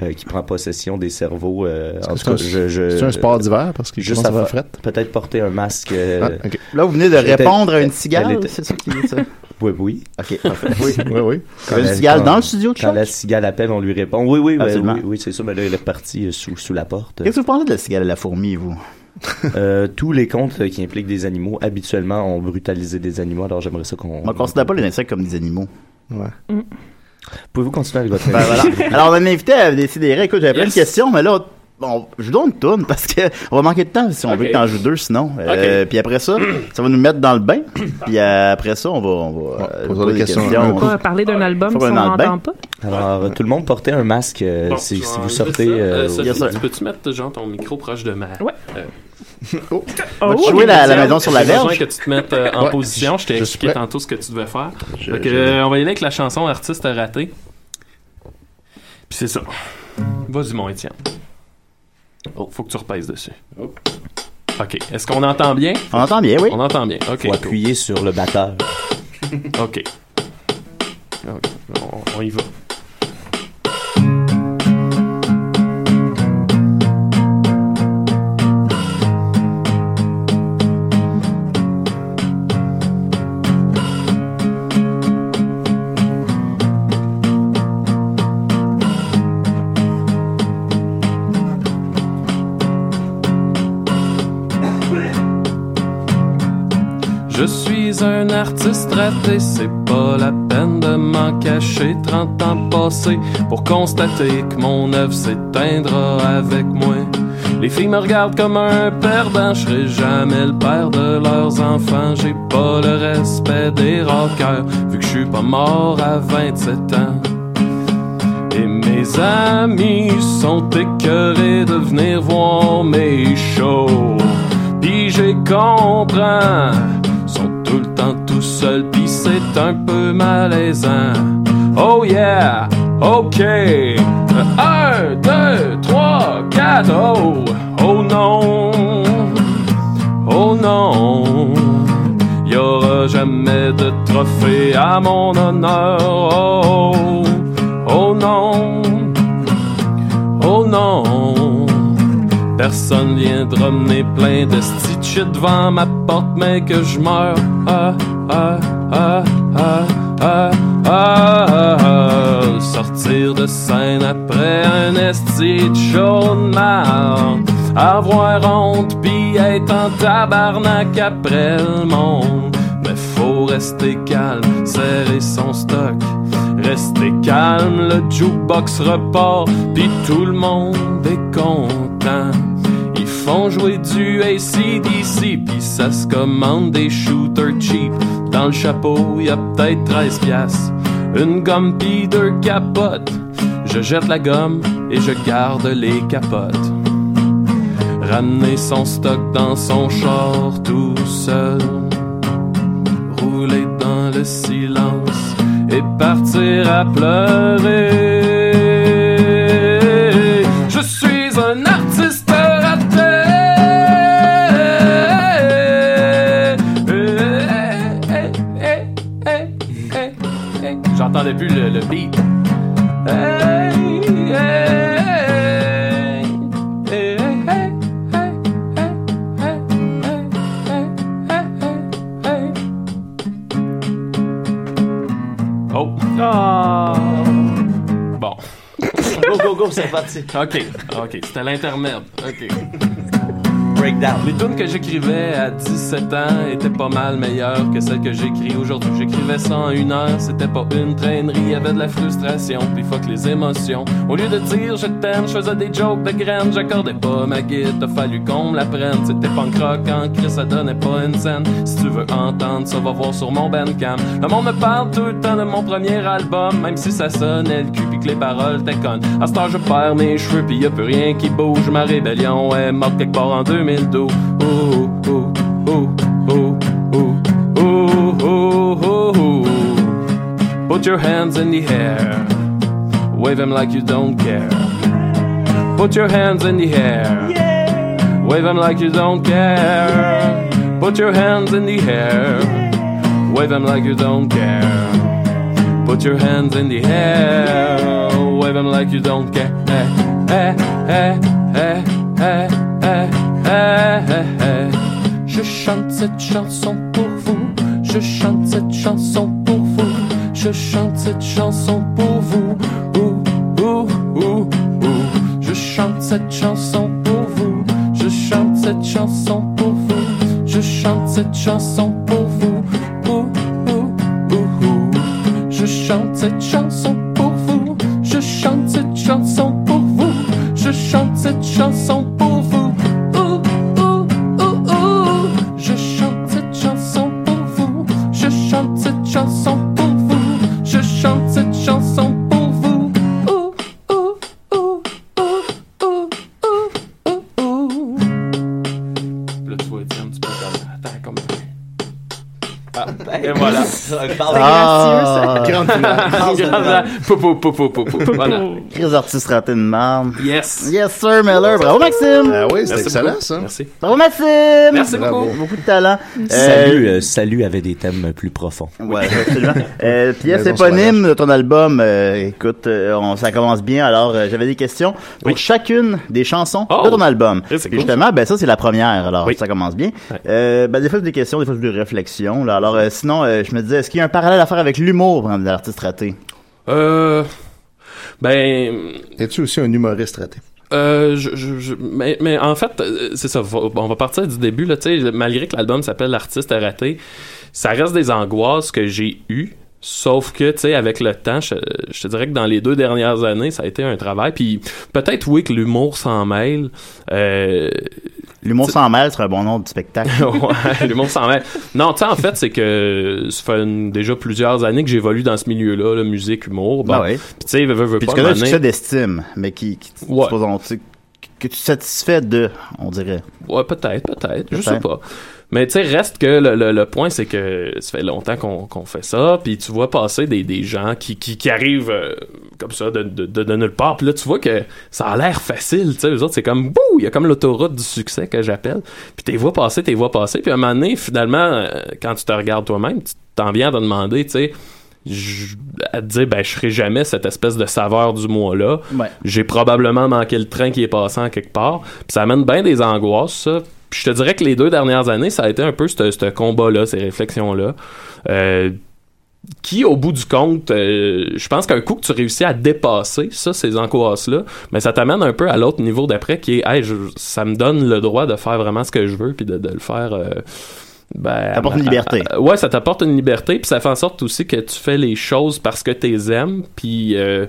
Speaker 9: euh, qui prend possession des cerveaux. euh, en
Speaker 7: C'est
Speaker 9: tout
Speaker 7: un-
Speaker 9: cas, je, je-
Speaker 7: C'est un sport d'hiver parce qu'il
Speaker 9: Juste
Speaker 7: commence à faire
Speaker 9: à
Speaker 7: frette.
Speaker 9: peut-être porter un masque. euh,
Speaker 7: Ah, ok.
Speaker 5: Là, vous venez de
Speaker 9: J'étais-
Speaker 5: répondre à une
Speaker 9: Elle
Speaker 5: cigale.
Speaker 9: était-
Speaker 5: C'est ça qui dit ça?
Speaker 9: Oui, oui.
Speaker 5: Ok, parfait. Oui.
Speaker 7: Oui, oui.
Speaker 5: Il y a Une cigale dans le studio de
Speaker 9: Quand
Speaker 5: choc?
Speaker 9: la cigale appelle, on lui répond. Oui, oui, ben,
Speaker 5: Absolument.
Speaker 9: oui, oui, c'est ça. Mais là, il est reparti euh, sous, sous la porte.
Speaker 5: Qu'est-ce que vous parlez de la cigale et la fourmi, vous?
Speaker 9: Euh, tous les contes euh, qui impliquent des animaux, habituellement, ont brutalisé des animaux. Alors, j'aimerais ça qu'on.
Speaker 5: On ne considère pas les insectes comme des animaux.
Speaker 7: Ouais.
Speaker 9: Pouvez-vous continuer avec votre
Speaker 5: Ben, voilà. Alors, on a invité à décider. Écoute, j'avais plein de
Speaker 8: Yes.
Speaker 5: questions, mais là, bon, je vous donne une tourne parce que on va manquer de temps si on veut
Speaker 8: Ok.
Speaker 5: que t'en joues deux, sinon. Euh, Puis après ça, ça va nous mettre dans le bain. Puis euh, après ça, on va, on va euh,
Speaker 7: poser des questions.
Speaker 6: On va parler d'un album
Speaker 5: Faut
Speaker 6: si on
Speaker 5: un album.
Speaker 6: n'entend pas.
Speaker 9: Alors, euh, tout le monde portait un masque euh,
Speaker 8: Bon,
Speaker 9: si,
Speaker 8: je vais
Speaker 9: si vous
Speaker 8: enlever
Speaker 9: sortez.
Speaker 8: ça.
Speaker 9: euh,
Speaker 8: Euh,
Speaker 9: au-
Speaker 8: Sophie,
Speaker 5: yes, sir.
Speaker 8: tu peux-tu mettre genre, ton micro proche de ma. Euh,
Speaker 6: Ouais.
Speaker 7: Oh.
Speaker 6: Oh,
Speaker 5: tu jouer la, la maison sur la
Speaker 8: J'ai besoin
Speaker 5: verge.
Speaker 8: que tu te mettes euh, en
Speaker 7: Ouais,
Speaker 8: position. Je t'ai
Speaker 7: je suis
Speaker 8: expliqué
Speaker 7: prêt.
Speaker 8: tantôt ce que tu devais faire.
Speaker 5: Je-
Speaker 8: Fait que,
Speaker 5: je-
Speaker 8: euh, on va y aller avec la chanson Artiste raté. Puis c'est ça. Vas-y, mon Étienne. Oh, faut que tu repèses dessus. Ok. Est-ce qu'on entend bien?
Speaker 5: On entend bien, oui.
Speaker 8: On entend bien. Ok.
Speaker 9: Faut appuyer sur le batteur.
Speaker 8: cool. Ok. Ok, On, on y va. T'es un artiste raté, c'est pas la peine de m'en cacher 30 ans passés pour constater que mon œuvre s'éteindra avec moi. Les filles me regardent comme un perdant, je serai jamais le père de leurs enfants. J'ai pas le respect des rockers, vu que je suis pas mort à 27 ans. Et mes amis sont écœurés de venir voir mes shows. Pis j'ai comprends, sont tout le temps tout seuls, pis c'est un peu malaisant. Oh yeah, ok. Un, deux, trois, quatre, oh, oh non, oh non. Y aura jamais de trophée à mon honneur, oh, oh non, oh non. Personne viendra mener plein de petits shit devant ma porte, mais que je meurs. Ah, ah, ah, ah, ah, ah, ah, ah. Sortir de scène après un esti de show de marde. Avoir honte pis être en tabarnak après le monde. Mais faut rester calme, serrer son stock. Rester calme, le jukebox repart, puis tout le monde est content. Ils font jouer du ACDC, puis ça se commande des shooters cheap. Dans le chapeau, y a peut-être 13 piastres. Une gomme pis deux capotes. Je jette la gomme et je garde les capotes. Ramener son stock dans son char tout seul. Rouler dans le silence et partir à pleurer. Je suis un artiste raté.
Speaker 4: J'entendais plus le, le beat. Oh. Bon.
Speaker 12: go, go, go, c'est parti.
Speaker 4: OK, OK, c'était l'intermède. OK. Breakdown. Les tunes que j'écrivais à 17 ans étaient pas mal meilleures que celles que j'écris aujourd'hui. J'écrivais ça en une heure, c'était pas une traînerie, il y avait de la frustration, puis fuck les émotions. Au lieu de dire je t'aime, je faisais des jokes de graines, j'accordais pas ma guide, t'as fallu qu'on me la prenne. C'était pas en hein, Chris, ça donnait pas une scène. Si tu veux entendre, ça va voir sur mon bandcam. Le monde me parle tout le temps de mon premier album, même si ça sonnait le cul, puis que les paroles étaient connes. À ce temps, je perds mes cheveux, puis y a plus rien qui bouge. Ma rébellion est morte quelque part en 2002. Oh, oh, oh, oh, oh, oh, oh, oh, oh, oh. Put your hands in the air. Wave them like you don't care. Put your hands in the air. Wave them like you don't care. Put your hands in the air. Wave them like you don't care. Put your hands in the air. Wave them like you don't care. Eh, eh, eh, eh, eh, eh, eh, eh, eh. Je chante cette chanson pour vous. Je chante cette chanson pour vous. Je chante cette chanson pour vous. Ouh, ouh, ouh, ouh. Je chante cette chanson pour vous. Je chante cette chanson pour vous. Je chante cette chanson pour vous. Ouh, ouh, ouh, ouh. Je chante cette chanson pour vous. Je chante cette chanson pour vous. Je chante cette chanson pour vous. Ouh, ouh, ouh, ouh. Je chante cette chanson pour vous. Je chante cette chanson pour vous. Je chante cette chanson pour vous. Ouh, ouh, ouh, ouh, ouh, ouh, ouh, ouh. Puis Là, tu vois, Étienne, tu peux faire- Attends, comme. Ah, et voilà.
Speaker 5: Ah,
Speaker 4: Grande finale. Pou, pou, pou, pou, pou, pou. Voilà.
Speaker 5: Chris artiste raté de marde.
Speaker 4: Yes.
Speaker 5: Yes, sir, Miller. Bravo, Maxime.
Speaker 7: Ah oui,
Speaker 5: c'est
Speaker 7: c'est excellent, ça.
Speaker 4: Merci.
Speaker 5: Bravo, Maxime.
Speaker 7: Merci beaucoup.
Speaker 5: Bravo. Beaucoup de talent.
Speaker 9: Salut, euh, salut avait des thèmes plus profonds.
Speaker 5: Ouais, absolument. Euh, pièce
Speaker 9: Maison
Speaker 5: éponyme de ton album. euh, écoute, euh, on, ça commence bien. Alors, euh, j'avais des questions pour chacune des chansons de ton album. Puis
Speaker 4: cool.
Speaker 5: justement, ben ça c'est la première. Alors, ça commence bien. Euh, ben des fois c'est des questions, des fois c'est des réflexions. là. Alors, euh, sinon, euh, je me disais, est-ce qu'il y a un parallèle à faire avec l'humour par exemple, de l'artiste raté
Speaker 4: Euh. Ben.
Speaker 7: Es-tu aussi un humoriste raté?
Speaker 4: Euh, je, je, je- mais, mais en fait, euh, c'est ça. va- on va partir du début. Là, tu sais, malgré que l'album s'appelle L'artiste raté,
Speaker 8: ça reste des angoisses que j'ai eues. Sauf que, tu sais, avec le temps, je, je, te dirais que dans les deux dernières années, ça a été un travail. Puis peut-être, oui, que l'humour s'en mêle. Euh,
Speaker 5: l'humour s'en mêle serait un bon nom de spectacle.
Speaker 8: ouais, l'humour s'en mêle. Non, tu sais, en fait, c'est que ça fait une, déjà plusieurs années que j'évolue dans ce milieu-là, la musique, humour. Bon,
Speaker 5: ben oui.
Speaker 8: Puis tu sais, veux, veux
Speaker 5: Puis
Speaker 8: pas.
Speaker 5: Tu connais un succès d'estime, mais qui, qui ouais. que tu satisfais de, on dirait.
Speaker 8: Ouais, peut-être, peut-être, peut je sais pas. Mais tu sais, reste que le, le, le point, c'est que ça fait longtemps qu'on qu fait ça, puis tu vois passer des, des gens qui, qui, qui arrivent euh, comme ça de, de, de, nulle part, puis là, tu vois que ça a l'air facile, tu sais, eux autres, c'est comme, bouh, il y a comme l'autoroute du succès que j'appelle, puis t'es vois passer, t'es vois passer, puis à un moment donné, finalement, euh, quand tu te regardes toi-même, tu t'en viens à te demander, tu sais, à te dire ben je serai jamais cette espèce de saveur du mois là
Speaker 5: ouais.
Speaker 8: j'ai probablement manqué le train qui est passant quelque part puis ça amène bien des angoisses ça puis je te dirais que les deux dernières années ça a été un peu ce combat là ces réflexions là euh, qui au bout du compte euh, je pense qu'un coup que tu réussis à dépasser ça ces angoisses là mais ça t'amène un peu à l'autre niveau d'après qui est hey, je, ça me donne le droit de faire vraiment ce que je veux puis de, de, le faire euh,
Speaker 5: ben, t'apporte une liberté.
Speaker 8: ouais, ça t'apporte une liberté, puis ça fait en sorte aussi que tu fais les choses parce que tu les aimes, puis euh,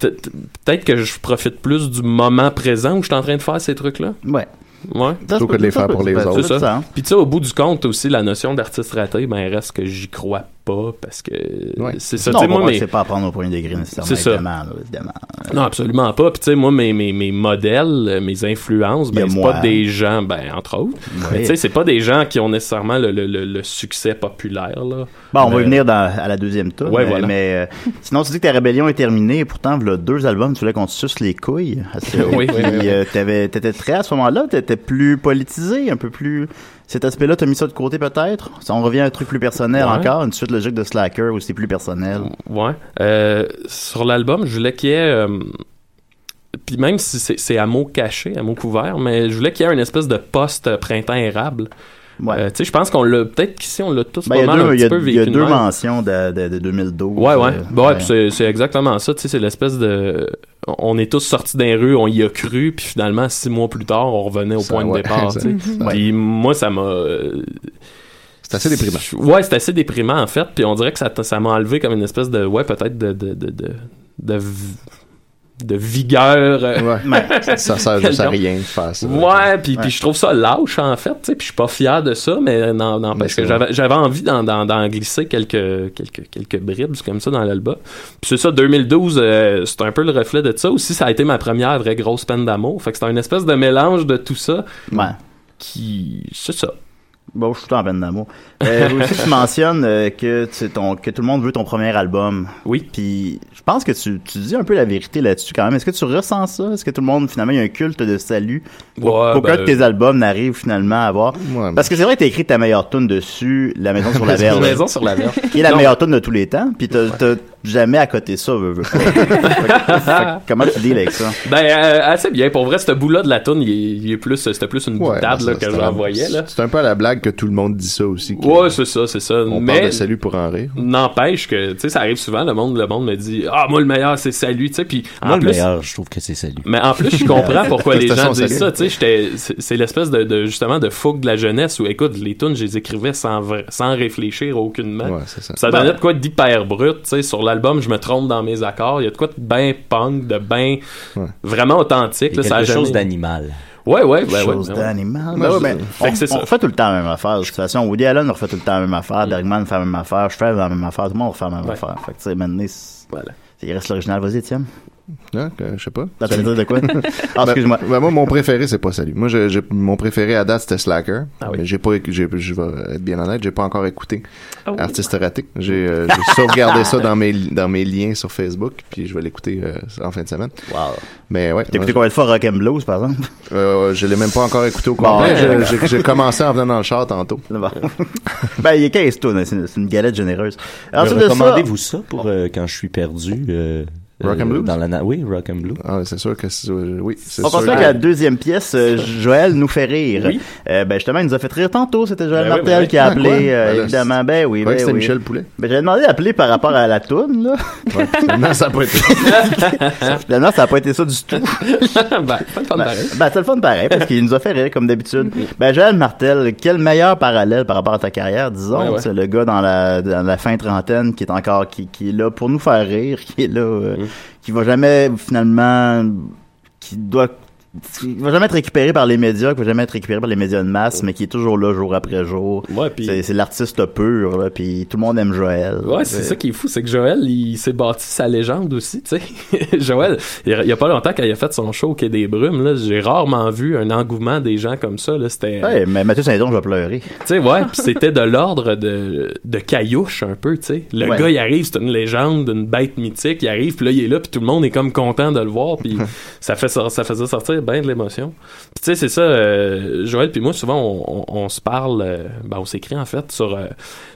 Speaker 8: peut-être que je profite plus du moment présent où je suis en train de faire ces trucs-là.
Speaker 5: Ouais.
Speaker 8: Ouais.
Speaker 7: Plutôt que de les faire pour les autres.
Speaker 8: C'est
Speaker 5: hein.
Speaker 8: ça. Puis tu sais, au bout du compte aussi, la notion d'artiste raté, ben elle reste que j'y crois pas parce que
Speaker 5: ouais.
Speaker 8: c'est ça.
Speaker 5: Non, moi,
Speaker 8: mais...
Speaker 5: c'est pas à prendre au premier degré nécessairement. C'est ça. Évidemment, là, évidemment.
Speaker 8: Non, absolument pas. Puis tu sais, moi, mes, mes, mes, modèles, euh, mes influences, ben, c'est pas des gens, ben entre autres. Oui. Mais tu sais, c'est pas des gens qui ont nécessairement le, le, le, le succès populaire. Là. Euh,
Speaker 5: Bon, on
Speaker 8: mais...
Speaker 5: va venir dans, à la deuxième tour.
Speaker 8: Ouais,
Speaker 5: mais,
Speaker 8: voilà.
Speaker 5: mais euh, sinon, tu dis que ta rébellion est terminée. Et pourtant, le deux albums, tu voulais qu'on te suce les couilles.
Speaker 8: oui.
Speaker 5: Puis euh, t'étais très à ce moment-là, t'étais plus politisé, un peu plus cet aspect-là, t'as mis ça de côté peut-être? on revient à un truc plus personnel
Speaker 8: Ouais.
Speaker 5: encore, une suite logique de Slacker où c'est plus personnel.
Speaker 8: Ouais. Euh, sur l'album, je voulais qu'il y ait. euh, puis même si c'est c'est à mots cachés, à mots couverts, mais je voulais qu'il y ait une espèce de post printemps érable.
Speaker 5: Ouais.
Speaker 8: Euh, tu sais, je pense qu'on l'a. Peut-être qu'ici, on l'a tous
Speaker 5: Ben, il y a
Speaker 8: pas mal
Speaker 5: deux,
Speaker 8: un
Speaker 5: il y a-
Speaker 8: petit
Speaker 5: il
Speaker 8: peu
Speaker 5: y
Speaker 8: vécu.
Speaker 5: a
Speaker 8: de
Speaker 5: deux
Speaker 8: même.
Speaker 5: mentions de, de- de 2012.
Speaker 8: Ouais, ouais.
Speaker 5: euh,
Speaker 8: Bon, ouais, puis c'est- c'est exactement ça. Tu sais, c'est l'espèce de. On est tous sortis d'un rue, on y a cru, puis finalement, six mois plus tard, on revenait au
Speaker 7: Ça,
Speaker 8: point
Speaker 7: ouais,
Speaker 8: de départ. tu sais.
Speaker 7: exact. Ouais.
Speaker 8: Puis moi, ça m'a. euh,
Speaker 7: C'est assez déprimant.
Speaker 8: Ouais, c'est assez déprimant en fait. Puis on dirait que ça, t- ça m'a enlevé comme une espèce de ouais, peut-être de de de de, de v- de vigueur. euh,
Speaker 7: Ouais. ça sert juste à
Speaker 8: Non.
Speaker 7: rien de faire ça.
Speaker 8: Ouais, puis puis je trouve ça lâche en fait, tu sais, puis je suis pas fier de ça, mais non, non parce
Speaker 7: c'est
Speaker 8: que j'avais j'avais envie d'en d'en- d'en glisser quelques quelques quelques bribes comme ça dans l'album. Puis c'est ça 2012, euh, c'est un peu le reflet de ça aussi, ça a été ma première vraie grosse peine d'amour. Fait que c'est un espèce de mélange de tout ça
Speaker 5: Ouais.
Speaker 8: qui c'est ça.
Speaker 5: Bon, je suis tout en peine d'amour. Euh, aussi, tu mentionnes euh, que, tu- ton, que tout le monde veut ton premier album.
Speaker 8: Oui.
Speaker 5: Puis, je pense que tu, tu dis un peu la vérité là-dessus quand même. Est-ce que tu ressens ça? Est-ce que tout le monde, finalement, il y a un culte de salut?
Speaker 8: Ouais,
Speaker 5: Qu'aucun
Speaker 8: ben,
Speaker 5: de tes albums n'arrive finalement à voir. Parce que c'est vrai que t'as écrit ta meilleure tune dessus, La Maison sur la Verge.
Speaker 8: La Maison sur la Verge.
Speaker 5: Qui est la
Speaker 8: Non.
Speaker 5: meilleure tune de tous les temps. Puis t'as t'as jamais à côté ça, veux, veux pas. Fait que- fait que comment tu deals avec ça?
Speaker 8: Ben, euh, assez bien. Pour vrai, ce bout-là de la toune, il, est- il est plus, c'était plus une
Speaker 7: Ouais,
Speaker 8: boutade là,
Speaker 7: ça,
Speaker 8: que
Speaker 7: c'est un-
Speaker 8: j'envoyais. là.
Speaker 7: C'est un peu à la blague que tout le monde dit ça aussi. que
Speaker 8: Ouais, c'est ça, c'est ça.
Speaker 7: on parle
Speaker 8: Mais
Speaker 7: de salut pour en rire.
Speaker 8: n'empêche que, tu sais, ça arrive souvent, le monde, le monde me dit « Ah, moi, le meilleur, c'est salut », tu sais, puis
Speaker 9: Moi,
Speaker 7: Ah,
Speaker 8: en
Speaker 9: le
Speaker 8: plus...
Speaker 9: meilleur, je trouve que c'est salut.
Speaker 8: Mais en plus, je comprends pourquoi les gens
Speaker 9: Prestation
Speaker 8: disent
Speaker 9: salut.
Speaker 8: ça. Tu sais, j'étais- c'est c'est l'espèce de, de- justement de fougue de la jeunesse où, écoute, les tunes, je les écrivais sans, vra- sans réfléchir aucunement.
Speaker 7: Ouais, c'est ça.
Speaker 8: Ça donnait
Speaker 7: Ben.
Speaker 8: de quoi d'hyper brut. Tu sais, sur l'album, je me trompe dans mes accords. Il y a de quoi de bien punk, de bien vraiment authentique.
Speaker 9: Il y a
Speaker 8: là, ça a
Speaker 9: quelque chose
Speaker 8: jamais-
Speaker 9: d'animal.
Speaker 8: Ouais, ouais, ben ouais, ouais,
Speaker 5: chose
Speaker 8: ouais.
Speaker 5: d'animal.
Speaker 8: Ouais,
Speaker 5: Ben
Speaker 8: ouais,
Speaker 5: ouais,
Speaker 8: ben,
Speaker 5: on,
Speaker 8: fait que c'est ça.
Speaker 5: on fait tout le temps la même affaire. De toute façon, Woody Allen refait tout le temps la même affaire. Bergman fait la même affaire. Schreiber la même affaire. Tout le monde refait la même affaire. Fait que, tu sais, maintenant, c'est- il reste l'original. Vas-y, Étienne.
Speaker 7: Non, que- je sais pas.
Speaker 5: Ah, t'allais dire de quoi? Ah,
Speaker 7: Ben-
Speaker 5: excuse-moi.
Speaker 7: ben, moi, mon préféré, c'est pas salut. Moi, je- j'ai- mon préféré à date, c'était Slacker.
Speaker 5: Ah
Speaker 7: Mais J'ai pas, éc- j'ai- je vais être bien honnête, j'ai pas encore écouté
Speaker 5: Oh.
Speaker 7: Artiste raté. J'ai euh, j'ai sauvegardé ça dans mes, li- dans mes liens sur Facebook, puis je vais l'écouter euh, en fin de semaine. Mais ouais.
Speaker 5: T'as écouté combien de fois Rock and Blues, par exemple?
Speaker 7: Euh, je l'ai même pas encore écouté au
Speaker 5: Bon,
Speaker 7: complet.
Speaker 5: ouais,
Speaker 7: Je-
Speaker 5: d'accord.
Speaker 7: j'ai- j'ai commencé en venant dans le char tantôt.
Speaker 5: ben, il est 15 tonnes. C'est une, c'est une galette généreuse. Ensuite de ça,
Speaker 9: Recommandez-vous ça pour euh, quand je suis perdu euh,
Speaker 7: Rock and Blues?
Speaker 9: Dans la na- oui, Rock and Blues.
Speaker 7: Ah, c'est sûr que c'est,
Speaker 5: euh,
Speaker 7: oui, c'est
Speaker 5: On pense
Speaker 7: sûr
Speaker 5: là
Speaker 7: que-
Speaker 5: que la deuxième pièce, euh, Joël nous fait rire.
Speaker 7: Oui.
Speaker 5: Euh, ben justement, il nous a fait rire tantôt. C'était Joël
Speaker 7: Ben oui,
Speaker 5: Martel
Speaker 7: ben oui.
Speaker 5: qui a
Speaker 7: Ah,
Speaker 5: appelé,
Speaker 7: quoi?
Speaker 5: euh,
Speaker 7: Ben là,
Speaker 5: évidemment.
Speaker 7: c'est-
Speaker 5: Ben oui,
Speaker 7: je
Speaker 5: ben
Speaker 7: croyais que c'était
Speaker 5: oui.
Speaker 7: Michel Poulet.
Speaker 5: Ben, j'avais demandé d'appeler par rapport à la toune, là.
Speaker 7: finalement, ça n'a pas été.
Speaker 5: finalement, ça n'a pas été ça du tout. ben, c'est le fun
Speaker 8: pareil.
Speaker 5: Ben, c'est le fun pareil, parce qu'il nous a fait rire comme d'habitude. Ben, Joël Martel, quel meilleur parallèle par rapport à ta carrière, disons.
Speaker 8: Ouais, ouais.
Speaker 5: C'est le gars dans la, dans la fin trentaine qui est encore, qui, qui est là pour nous faire rire, qui est là, euh,
Speaker 7: Mm.
Speaker 5: qui va jamais, finalement, qui doit qui va jamais être récupéré par les médias, qui va jamais être récupéré par les médias de masse, mais qui est toujours là jour après jour. c'est c'est l'artiste pur, là, puis tout le monde aime Joël.
Speaker 8: Ouais, c'est ça qui est fou, c'est que Joël, il s'est bâti sa légende aussi, tu sais. Joël, il y a pas longtemps, quand il a fait son show au Quai des Brumes, là, j'ai rarement vu un engouement des gens comme ça, là, c'était... euh,
Speaker 5: Ouais, mais Mathieu Saint-Don va pleurer.
Speaker 8: Tu sais, ouais, puis c'était de l'ordre de, de caillouche un peu, tu sais. Le
Speaker 5: Ouais.
Speaker 8: gars, il arrive, c'est une légende, une bête mythique, il arrive, puis là, il est là, puis tout le monde est comme content de le voir, puis ça, fait, sor- ça faisait sortir bien de l'émotion. Puis tu sais, c'est ça, euh, Joël puis moi, souvent, on, on- on se parle, euh, ben, on s'écrit en fait sur... euh,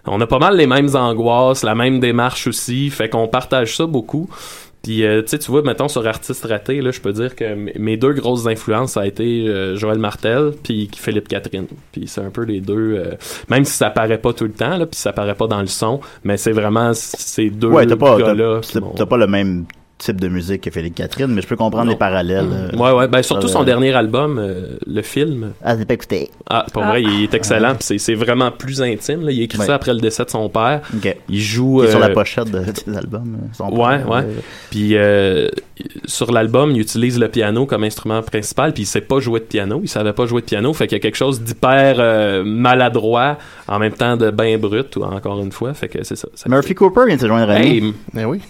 Speaker 8: on a pas mal les mêmes angoisses, la même démarche aussi, fait qu'on partage ça beaucoup. Puis, euh, tu sais, tu vois, mettons, sur Artiste Raté, là, je peux dire que m- mes deux grosses influences, ça a été euh, Joël Martel puis Philippe Catherine. Puis c'est un peu les deux, euh, même si ça paraît pas tout le temps, là, puis ça paraît pas dans le son, mais c'est vraiment c- ces deux
Speaker 5: Ouais, t'as pas,
Speaker 8: gars-là
Speaker 5: t'as-
Speaker 8: qui
Speaker 5: t'as-
Speaker 8: m'ont-
Speaker 5: t'as pas le même type de musique que Félix Catherine, mais je peux comprendre
Speaker 8: Non.
Speaker 5: les parallèles. euh,
Speaker 8: Ouais, ouais, ben surtout
Speaker 5: euh,
Speaker 8: son dernier album, euh, le film.
Speaker 5: Ah, j'ai pas écouté.
Speaker 8: Ah, pour
Speaker 5: Ah.
Speaker 8: vrai, il est excellent, puis c'est- c'est vraiment plus intime. Là. Il a écrit
Speaker 5: Ouais.
Speaker 8: ça après le décès de son père.
Speaker 5: Ok.
Speaker 8: Il joue...
Speaker 5: Qui est sur la
Speaker 8: euh,
Speaker 5: pochette de, des albums. euh, son
Speaker 8: Ouais,
Speaker 5: père,
Speaker 8: ouais.
Speaker 5: euh,
Speaker 8: Puis euh, sur l'album, il utilise le piano comme instrument principal, puis il sait pas jouer de piano, il savait pas jouer de piano, fait qu'il y a quelque chose d'hyper euh, maladroit, en même temps de bien brut, ou encore une fois, fait que c'est ça. ça-
Speaker 5: Murphy Cooper vient de se joindre à nous.
Speaker 8: Hey,
Speaker 7: Eh oui.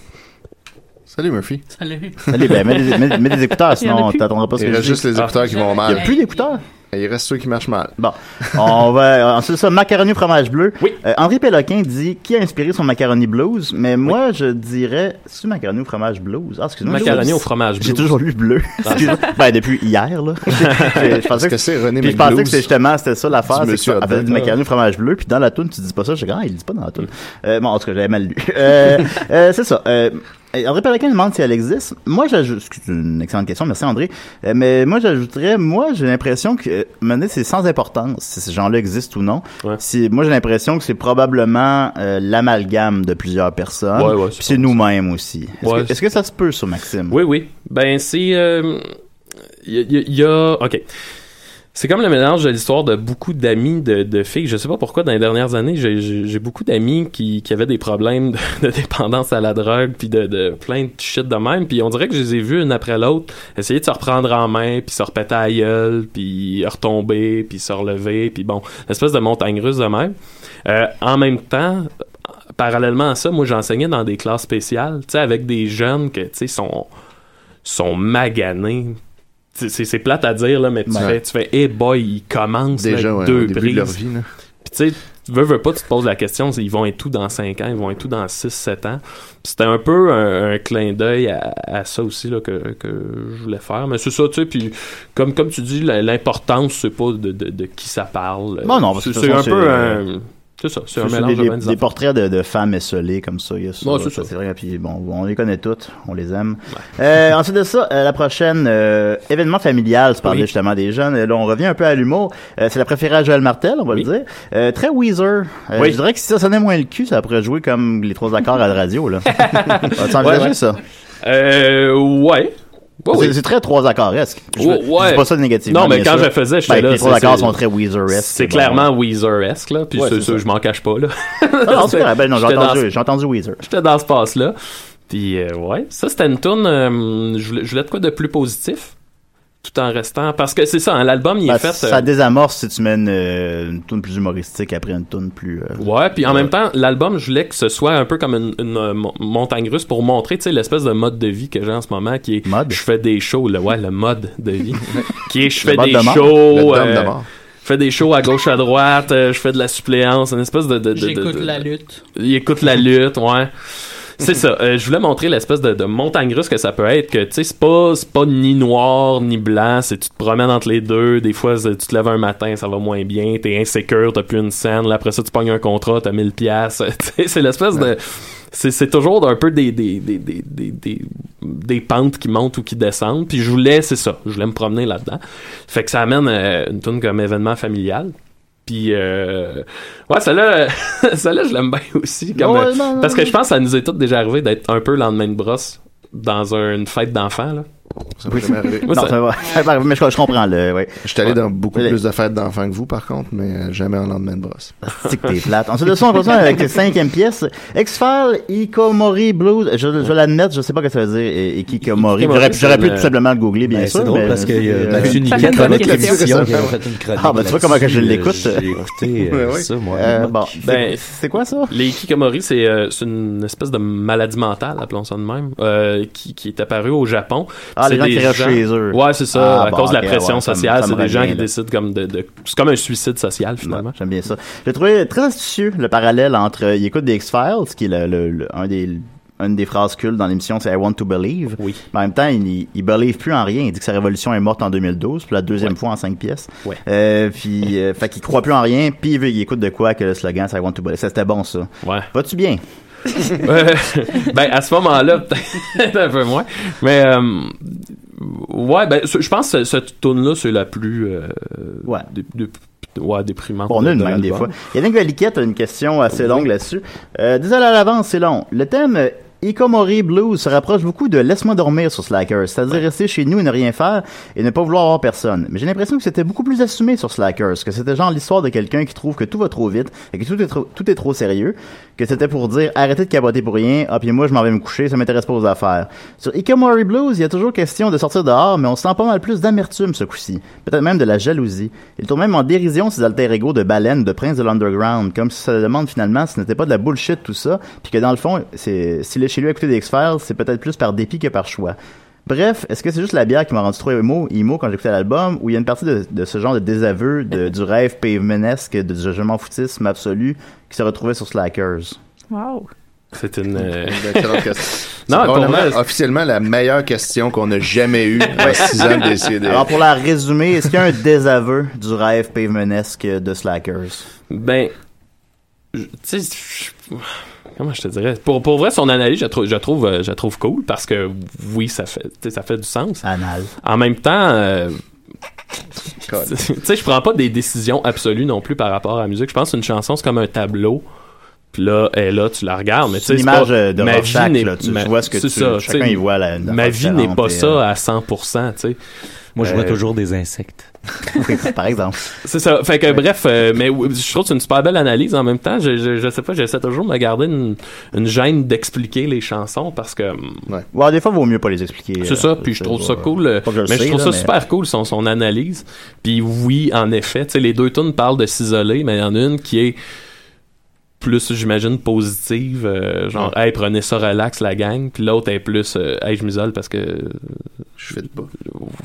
Speaker 7: Salut Murphy.
Speaker 8: Salut.
Speaker 5: Salut, ben, mets des- mets- mets des écouteurs, sinon, Il y en a plus. t'entendras pas ce que
Speaker 7: Il
Speaker 5: je
Speaker 7: reste
Speaker 5: dis.
Speaker 7: juste les
Speaker 5: Ah.
Speaker 7: écouteurs qui vont mal.
Speaker 5: Il y a plus d'écouteurs?
Speaker 7: Il reste ceux qui marchent mal.
Speaker 5: Bon. On va. euh, Ensuite, ça, macaroni au fromage bleu. Euh, André Péloquin dit qui a inspiré son macaroni blues, mais moi, je dirais. C'est macaroni au fromage blues. Ah, excuse-moi.
Speaker 8: Macaroni
Speaker 5: j'ai-
Speaker 8: au fromage
Speaker 5: J'ai
Speaker 8: blues.
Speaker 5: toujours lu bleu.
Speaker 8: Ah.
Speaker 5: Excuse-moi. ben, depuis hier, là. je pensais que,
Speaker 7: que c'est René
Speaker 5: Puis je pensais
Speaker 7: McBlues
Speaker 5: que c'était justement c'était ça l'affaire.
Speaker 7: Du
Speaker 5: C'est
Speaker 7: monsieur
Speaker 5: que tu
Speaker 7: Hotdog.
Speaker 5: faisais du macaroni au fromage bleu, puis dans la toune, tu dis pas ça. Je dis, ah, il dit pas dans la toune. Euh, bon, en tout cas, j'avais mal lu. Euh, euh, c'est ça. Euh, André Péloquin demande si elle existe. Moi, j'ajoute, c'est une excellente question, merci André. Euh, mais moi, j'ajouterais, moi, j'ai l'impression que, euh, maintenant, c'est sans importance si ces gens-là existent ou non. Si, moi, j'ai l'impression que c'est probablement euh, l'amalgame de plusieurs personnes.
Speaker 8: Ouais, ouais,
Speaker 5: Puis c'est nous-mêmes aussi. Est-ce
Speaker 8: Ouais.
Speaker 5: que, est-ce que ça se peut, ça, Maxime?
Speaker 8: Oui, oui. Ben, c'est. euh, Il y, a- il y a. OK. C'est comme le mélange de l'histoire de beaucoup d'amis de, de filles. Je sais pas pourquoi, dans les dernières années, j'ai- j'ai j'ai beaucoup d'amis qui, qui avaient des problèmes de, de dépendance à la drogue, puis de, de plein de shit de même. Puis on dirait que je les ai vus une après l'autre essayer de se reprendre en main, puis se repéter à la gueule, puis retomber, puis se relever, puis bon, l'espèce de montagne russe de même. Euh, en même temps, parallèlement à ça, moi j'enseignais dans des classes spéciales, tu sais, avec des jeunes que, tu sais, sont, sont maganés. Tu sais, C'est c'est plate à dire, là, mais tu
Speaker 7: Ouais.
Speaker 8: fais, tu fais, hey boy, ils commencent là,
Speaker 7: Déjà,
Speaker 8: avec
Speaker 7: ouais,
Speaker 8: deux
Speaker 7: au début de
Speaker 8: prises.
Speaker 7: leur vie, là.
Speaker 8: Puis tu sais, tu veux, veux pas, tu te poses la question, c'est, ils vont être tout dans 5 ans, ils vont être tout dans 6-7 ans. Puis c'était un peu un, un clin d'œil à, à ça aussi là, que, que je voulais faire. Mais c'est ça, tu sais, puis comme, comme tu dis, la- l'importance, c'est pas de, de- de qui ça parle.
Speaker 5: Non, non, parce que
Speaker 8: c'est
Speaker 5: de
Speaker 8: c'est
Speaker 5: toute
Speaker 8: un
Speaker 5: façon,
Speaker 8: peu
Speaker 5: c'est-
Speaker 8: un... C'est ça, c'est un
Speaker 5: C'est
Speaker 8: mélange
Speaker 5: des,
Speaker 8: de bien des
Speaker 5: des
Speaker 8: affaires.
Speaker 5: portraits de, de femmes esselées comme ça. il y a ça,
Speaker 8: Ouais, c'est
Speaker 5: ça,
Speaker 8: ça.
Speaker 5: c'est vrai. Puis bon, on les connaît toutes, on les aime. Euh, ensuite de ça, euh, la prochaine euh, événement familial, tu parlais
Speaker 8: Oui.
Speaker 5: justement des jeunes. Euh, Là, on revient un peu à l'humour. Euh, c'est la préférée à Joël Martel, on va le dire. Euh, très Weezer. Euh,
Speaker 8: Oui.
Speaker 5: Je dirais que si ça sonnait moins le cul, ça pourrait jouer comme les trois accords à la radio. Là. tu envisager
Speaker 8: Ouais.
Speaker 5: ça?
Speaker 8: Euh, ouais. Ouais,
Speaker 5: c'est,
Speaker 8: oui.
Speaker 5: c'est très trois accords-esque. Je,
Speaker 8: Ouais,
Speaker 5: je
Speaker 8: ouais.
Speaker 5: dis pas ça de négatif.
Speaker 8: Non, mais quand je le faisais, j'étais là.
Speaker 5: Ben, Les trois
Speaker 8: c'est-
Speaker 5: accords
Speaker 8: c'est-
Speaker 5: sont très Weezer-esque.
Speaker 8: C'est
Speaker 5: bon.
Speaker 8: clairement Weezer-esque, là. Puis
Speaker 5: Ouais,
Speaker 8: c'est
Speaker 5: c'est
Speaker 8: ça,
Speaker 5: ça.
Speaker 8: je m'en cache pas, là.
Speaker 5: Ah, non, c'est vrai. Ben, non, j'ai
Speaker 8: J'étais dans
Speaker 5: entendu-
Speaker 8: ce-
Speaker 5: j'ai entendu Weezer.
Speaker 8: J'étais dans ce passe-là. Puis, euh, ouais. Ça, c'était une tourne. je, voulais, je voulais de quoi de plus positif. Tout en restant. Parce que c'est ça, hein, l'album, il
Speaker 5: Ben,
Speaker 8: est fait.
Speaker 5: ça
Speaker 8: euh,
Speaker 5: désamorce si tu mets une, euh, une toune plus humoristique après une toune plus. euh,
Speaker 8: Ouais, puis en même temps, l'album, je voulais que ce soit un peu comme une, une, euh, mon- montagne russe pour montrer, tu sais, l'espèce de mode de vie que j'ai en ce moment, qui est je fais des shows, le, ouais, le mode de vie, qui est je
Speaker 5: Le
Speaker 8: fais
Speaker 5: mode
Speaker 8: des
Speaker 5: de mort. Le
Speaker 8: shows,
Speaker 5: dôme
Speaker 8: euh,
Speaker 5: de mort.
Speaker 8: je fais des shows à gauche à droite, euh, je fais de la suppléance, une espèce de, de, de- de-
Speaker 13: J'écoute
Speaker 8: de-
Speaker 13: la lutte.
Speaker 8: Il écoute la lutte, ouais. C'est ça. Euh, je voulais montrer l'espèce de, de montagne russe que ça peut être. Que tu sais, c'est pas, c'est pas ni noir ni blanc. C'est tu te promènes entre les deux. Des fois, c'est- tu te lèves un matin, ça va moins bien. T'es insécure, t'as plus une scène. Là, après ça, tu pognes un contrat, t'as 1000 piastres. Tu sais, c'est l'espèce de. C'est, c'est toujours un peu des des, des, des, des, des- des pentes qui montent ou qui descendent. Puis je voulais, c'est ça, je voulais me promener là-dedans. Fait que ça amène euh, une tourne comme événement familial. Puis, euh, ouais, celle-là, celle-là, je l'aime bien aussi. Comme,
Speaker 14: Ouais,
Speaker 8: euh,
Speaker 14: non, non,
Speaker 8: parce que
Speaker 14: non.
Speaker 8: je pense que ça nous est toutes déjà arrivé d'être un peu lendemain de brosse dans un- une fête d'enfants, là.
Speaker 7: Ça m'est jamais arrivé.
Speaker 8: Moi,
Speaker 5: Non,
Speaker 8: ça-
Speaker 5: ça va. Ça va arriver, mais je, je comprends le. Ouais.
Speaker 7: Je suis allé dans beaucoup plus de fêtes d'enfants que vous, par contre, mais euh, jamais en lendemain de brosse.
Speaker 5: C'est que t'es plate. Ensuite de ça, on va continuer avec la cinquième pièce. X-Files, Ikomori Blues. Je, je l'admets, je sais pas ce que ça veut dire, et- et Ikomori.
Speaker 9: Ikikomori,
Speaker 5: J'aurais, pu- j'aurais pu
Speaker 9: c'est une-
Speaker 5: tout simplement le googler, bien
Speaker 9: Ben,
Speaker 5: sûr.
Speaker 9: c'est drôle
Speaker 5: mais-
Speaker 9: parce que, euh,
Speaker 5: c'est-
Speaker 9: Mathieu
Speaker 5: euh,
Speaker 9: Niquette, dans notre émission,
Speaker 5: ça.
Speaker 9: il a fait une chronique
Speaker 5: Ah, ben, tu vois comment que je
Speaker 9: là-dessus,
Speaker 5: l'écoute.
Speaker 9: euh, j'ai écouté, euh,
Speaker 5: Ouais, ouais.
Speaker 9: ça, moi.
Speaker 5: Euh, bon.
Speaker 8: Ben,
Speaker 5: c'est quoi ça?
Speaker 8: Les hikikomori, c'est euh, c'est une espèce de maladie mentale, appelons ça de même, euh, qui, qui est apparue au Japon.
Speaker 5: Ah, les
Speaker 8: C'est
Speaker 5: gens
Speaker 8: des
Speaker 5: qui restent chez eux.
Speaker 8: Ouais, c'est ça.
Speaker 5: Ah,
Speaker 8: à
Speaker 5: bon,
Speaker 8: cause de la
Speaker 5: ok,
Speaker 8: pression
Speaker 5: ouais, ça me-
Speaker 8: sociale,
Speaker 5: ça me
Speaker 8: c'est des gens
Speaker 5: revient,
Speaker 8: qui
Speaker 5: là.
Speaker 8: décident comme de, de- C'est comme un suicide social, finalement.
Speaker 5: J'aime bien ça. J'ai trouvé très astucieux le parallèle entre euh, il écoute des X-Files, qui est le, le- le- un des, une des phrases cultes dans l'émission, c'est I want to believe.
Speaker 8: Oui.
Speaker 5: Mais en même temps, il, il- il believe plus en rien. Il dit que sa révolution est morte en 2012, pour la deuxième fois en cinq pièces.
Speaker 8: Ouais.
Speaker 5: Euh, puis, euh, fait qu'il croit plus en rien, puis il, veut- il écoute de quoi que le slogan, c'est I want to believe. Ça, c'était bon, ça.
Speaker 8: Ouais.
Speaker 5: Vas-tu bien?
Speaker 8: Euh, ben, à ce moment-là, peut-être un peu moins. Mais, euh, ouais, ben, ce- je pense que ce- cette tourne-là, c'est la plus. euh, dé- dé- ouais, déprimante.
Speaker 5: Bon, on a une
Speaker 8: de
Speaker 5: même des
Speaker 8: l'album.
Speaker 5: fois. Yannick Valiquette a une question assez longue là-dessus. Euh, désolé à l'avance, c'est long. Le thème euh, Ikomori Blues se rapproche beaucoup de Laisse-moi dormir sur Slacker, c'est-à-dire rester chez nous et ne rien faire et ne pas vouloir voir personne. Mais j'ai l'impression que c'était beaucoup plus assumé sur Slackers, que c'était genre l'histoire de quelqu'un qui trouve que tout va trop vite et que tout est trop, tout est trop sérieux, que c'était pour dire arrêtez de capoter pour rien, ah puis moi je m'en vais me coucher, ça m'intéresse pas aux affaires. Sur Ikomori Blues, il y a toujours question de sortir dehors, mais on sent pas mal plus d'amertume ce coup-ci, peut-être même de la jalousie. Il tourne même en dérision ses alter ego de baleine, de prince de l'underground, comme si ça demande finalement si ce n'était pas de la bullshit tout ça, puis que dans le fond, c'est s'il est chez lui à écouter des X-Files, c'est peut-être plus par dépit que par choix. Bref, est-ce que c'est juste la bière qui m'a rendu trop émo, emo quand j'écoutais l'album, ou il y a une partie de, de ce genre de désaveu de- du rêve pavementesque, de du je m'en foutisme absolu qui se retrouvait sur Slackers?
Speaker 6: Wow.
Speaker 8: C'est une. euh,
Speaker 7: C'est une excellente question.
Speaker 8: Non,
Speaker 7: C'est
Speaker 8: pour
Speaker 7: probablement,
Speaker 8: vrai,
Speaker 7: officiellement la meilleure question qu'on a jamais eue en
Speaker 5: Ouais.
Speaker 7: 6 ans de DCD.
Speaker 5: Alors pour la résumer, est-ce qu'il y a un désaveu du rêve pavementesque de Slackers?
Speaker 8: Ben, je- tu sais, je- comment je te dirais Pour, pour vrai, son analyse, je, trou- je trouve, euh, je trouve cool parce que oui, ça fait, tu sais, ça fait du sens. En même temps. euh, tu sais, je prends pas des décisions absolues non plus par rapport à la musique. Je pense qu'une chanson, c'est comme un tableau. Puis là, elle est là, tu la regardes. Mais tu sais,
Speaker 5: C'est une
Speaker 8: c'est
Speaker 5: image,
Speaker 8: pas-
Speaker 5: euh, de
Speaker 8: ma vie
Speaker 5: Rorschach,
Speaker 8: n'est-
Speaker 5: là. Tu- tu
Speaker 8: ma-
Speaker 5: vois ce que
Speaker 8: Euh, c'est
Speaker 5: tu-
Speaker 8: ça,
Speaker 5: chacun
Speaker 8: tu sais,
Speaker 5: y voit la- la
Speaker 8: Ma vie
Speaker 5: différente euh,
Speaker 8: n'est pas
Speaker 5: et,
Speaker 8: ça à 100%, tu sais.
Speaker 9: Moi, je vois
Speaker 8: Euh,
Speaker 9: toujours des insectes.
Speaker 5: Par exemple.
Speaker 8: C'est ça. Fait que bref, euh, mais oui, je trouve que c'est une super belle analyse en même temps. Je, je, je sais pas, j'essaie toujours de me garder une, une gêne d'expliquer les chansons parce que. hum, euh,
Speaker 5: Ouais, des fois, vaut mieux pas les expliquer.
Speaker 8: C'est ça, puis je trouve ça cool. euh,
Speaker 5: je le
Speaker 8: mais
Speaker 5: sais,
Speaker 8: je trouve
Speaker 5: là,
Speaker 8: ça
Speaker 5: mais-
Speaker 8: super cool, son, son analyse. Puis oui, en effet, tu sais, les deux tunes parlent de s'isoler, mais il y en a une qui est plus, j'imagine, positive, euh, genre, hey, prenez ça relax, la gang. Puis l'autre est plus, euh, hey, je m'isole parce que.
Speaker 7: Je fais pas.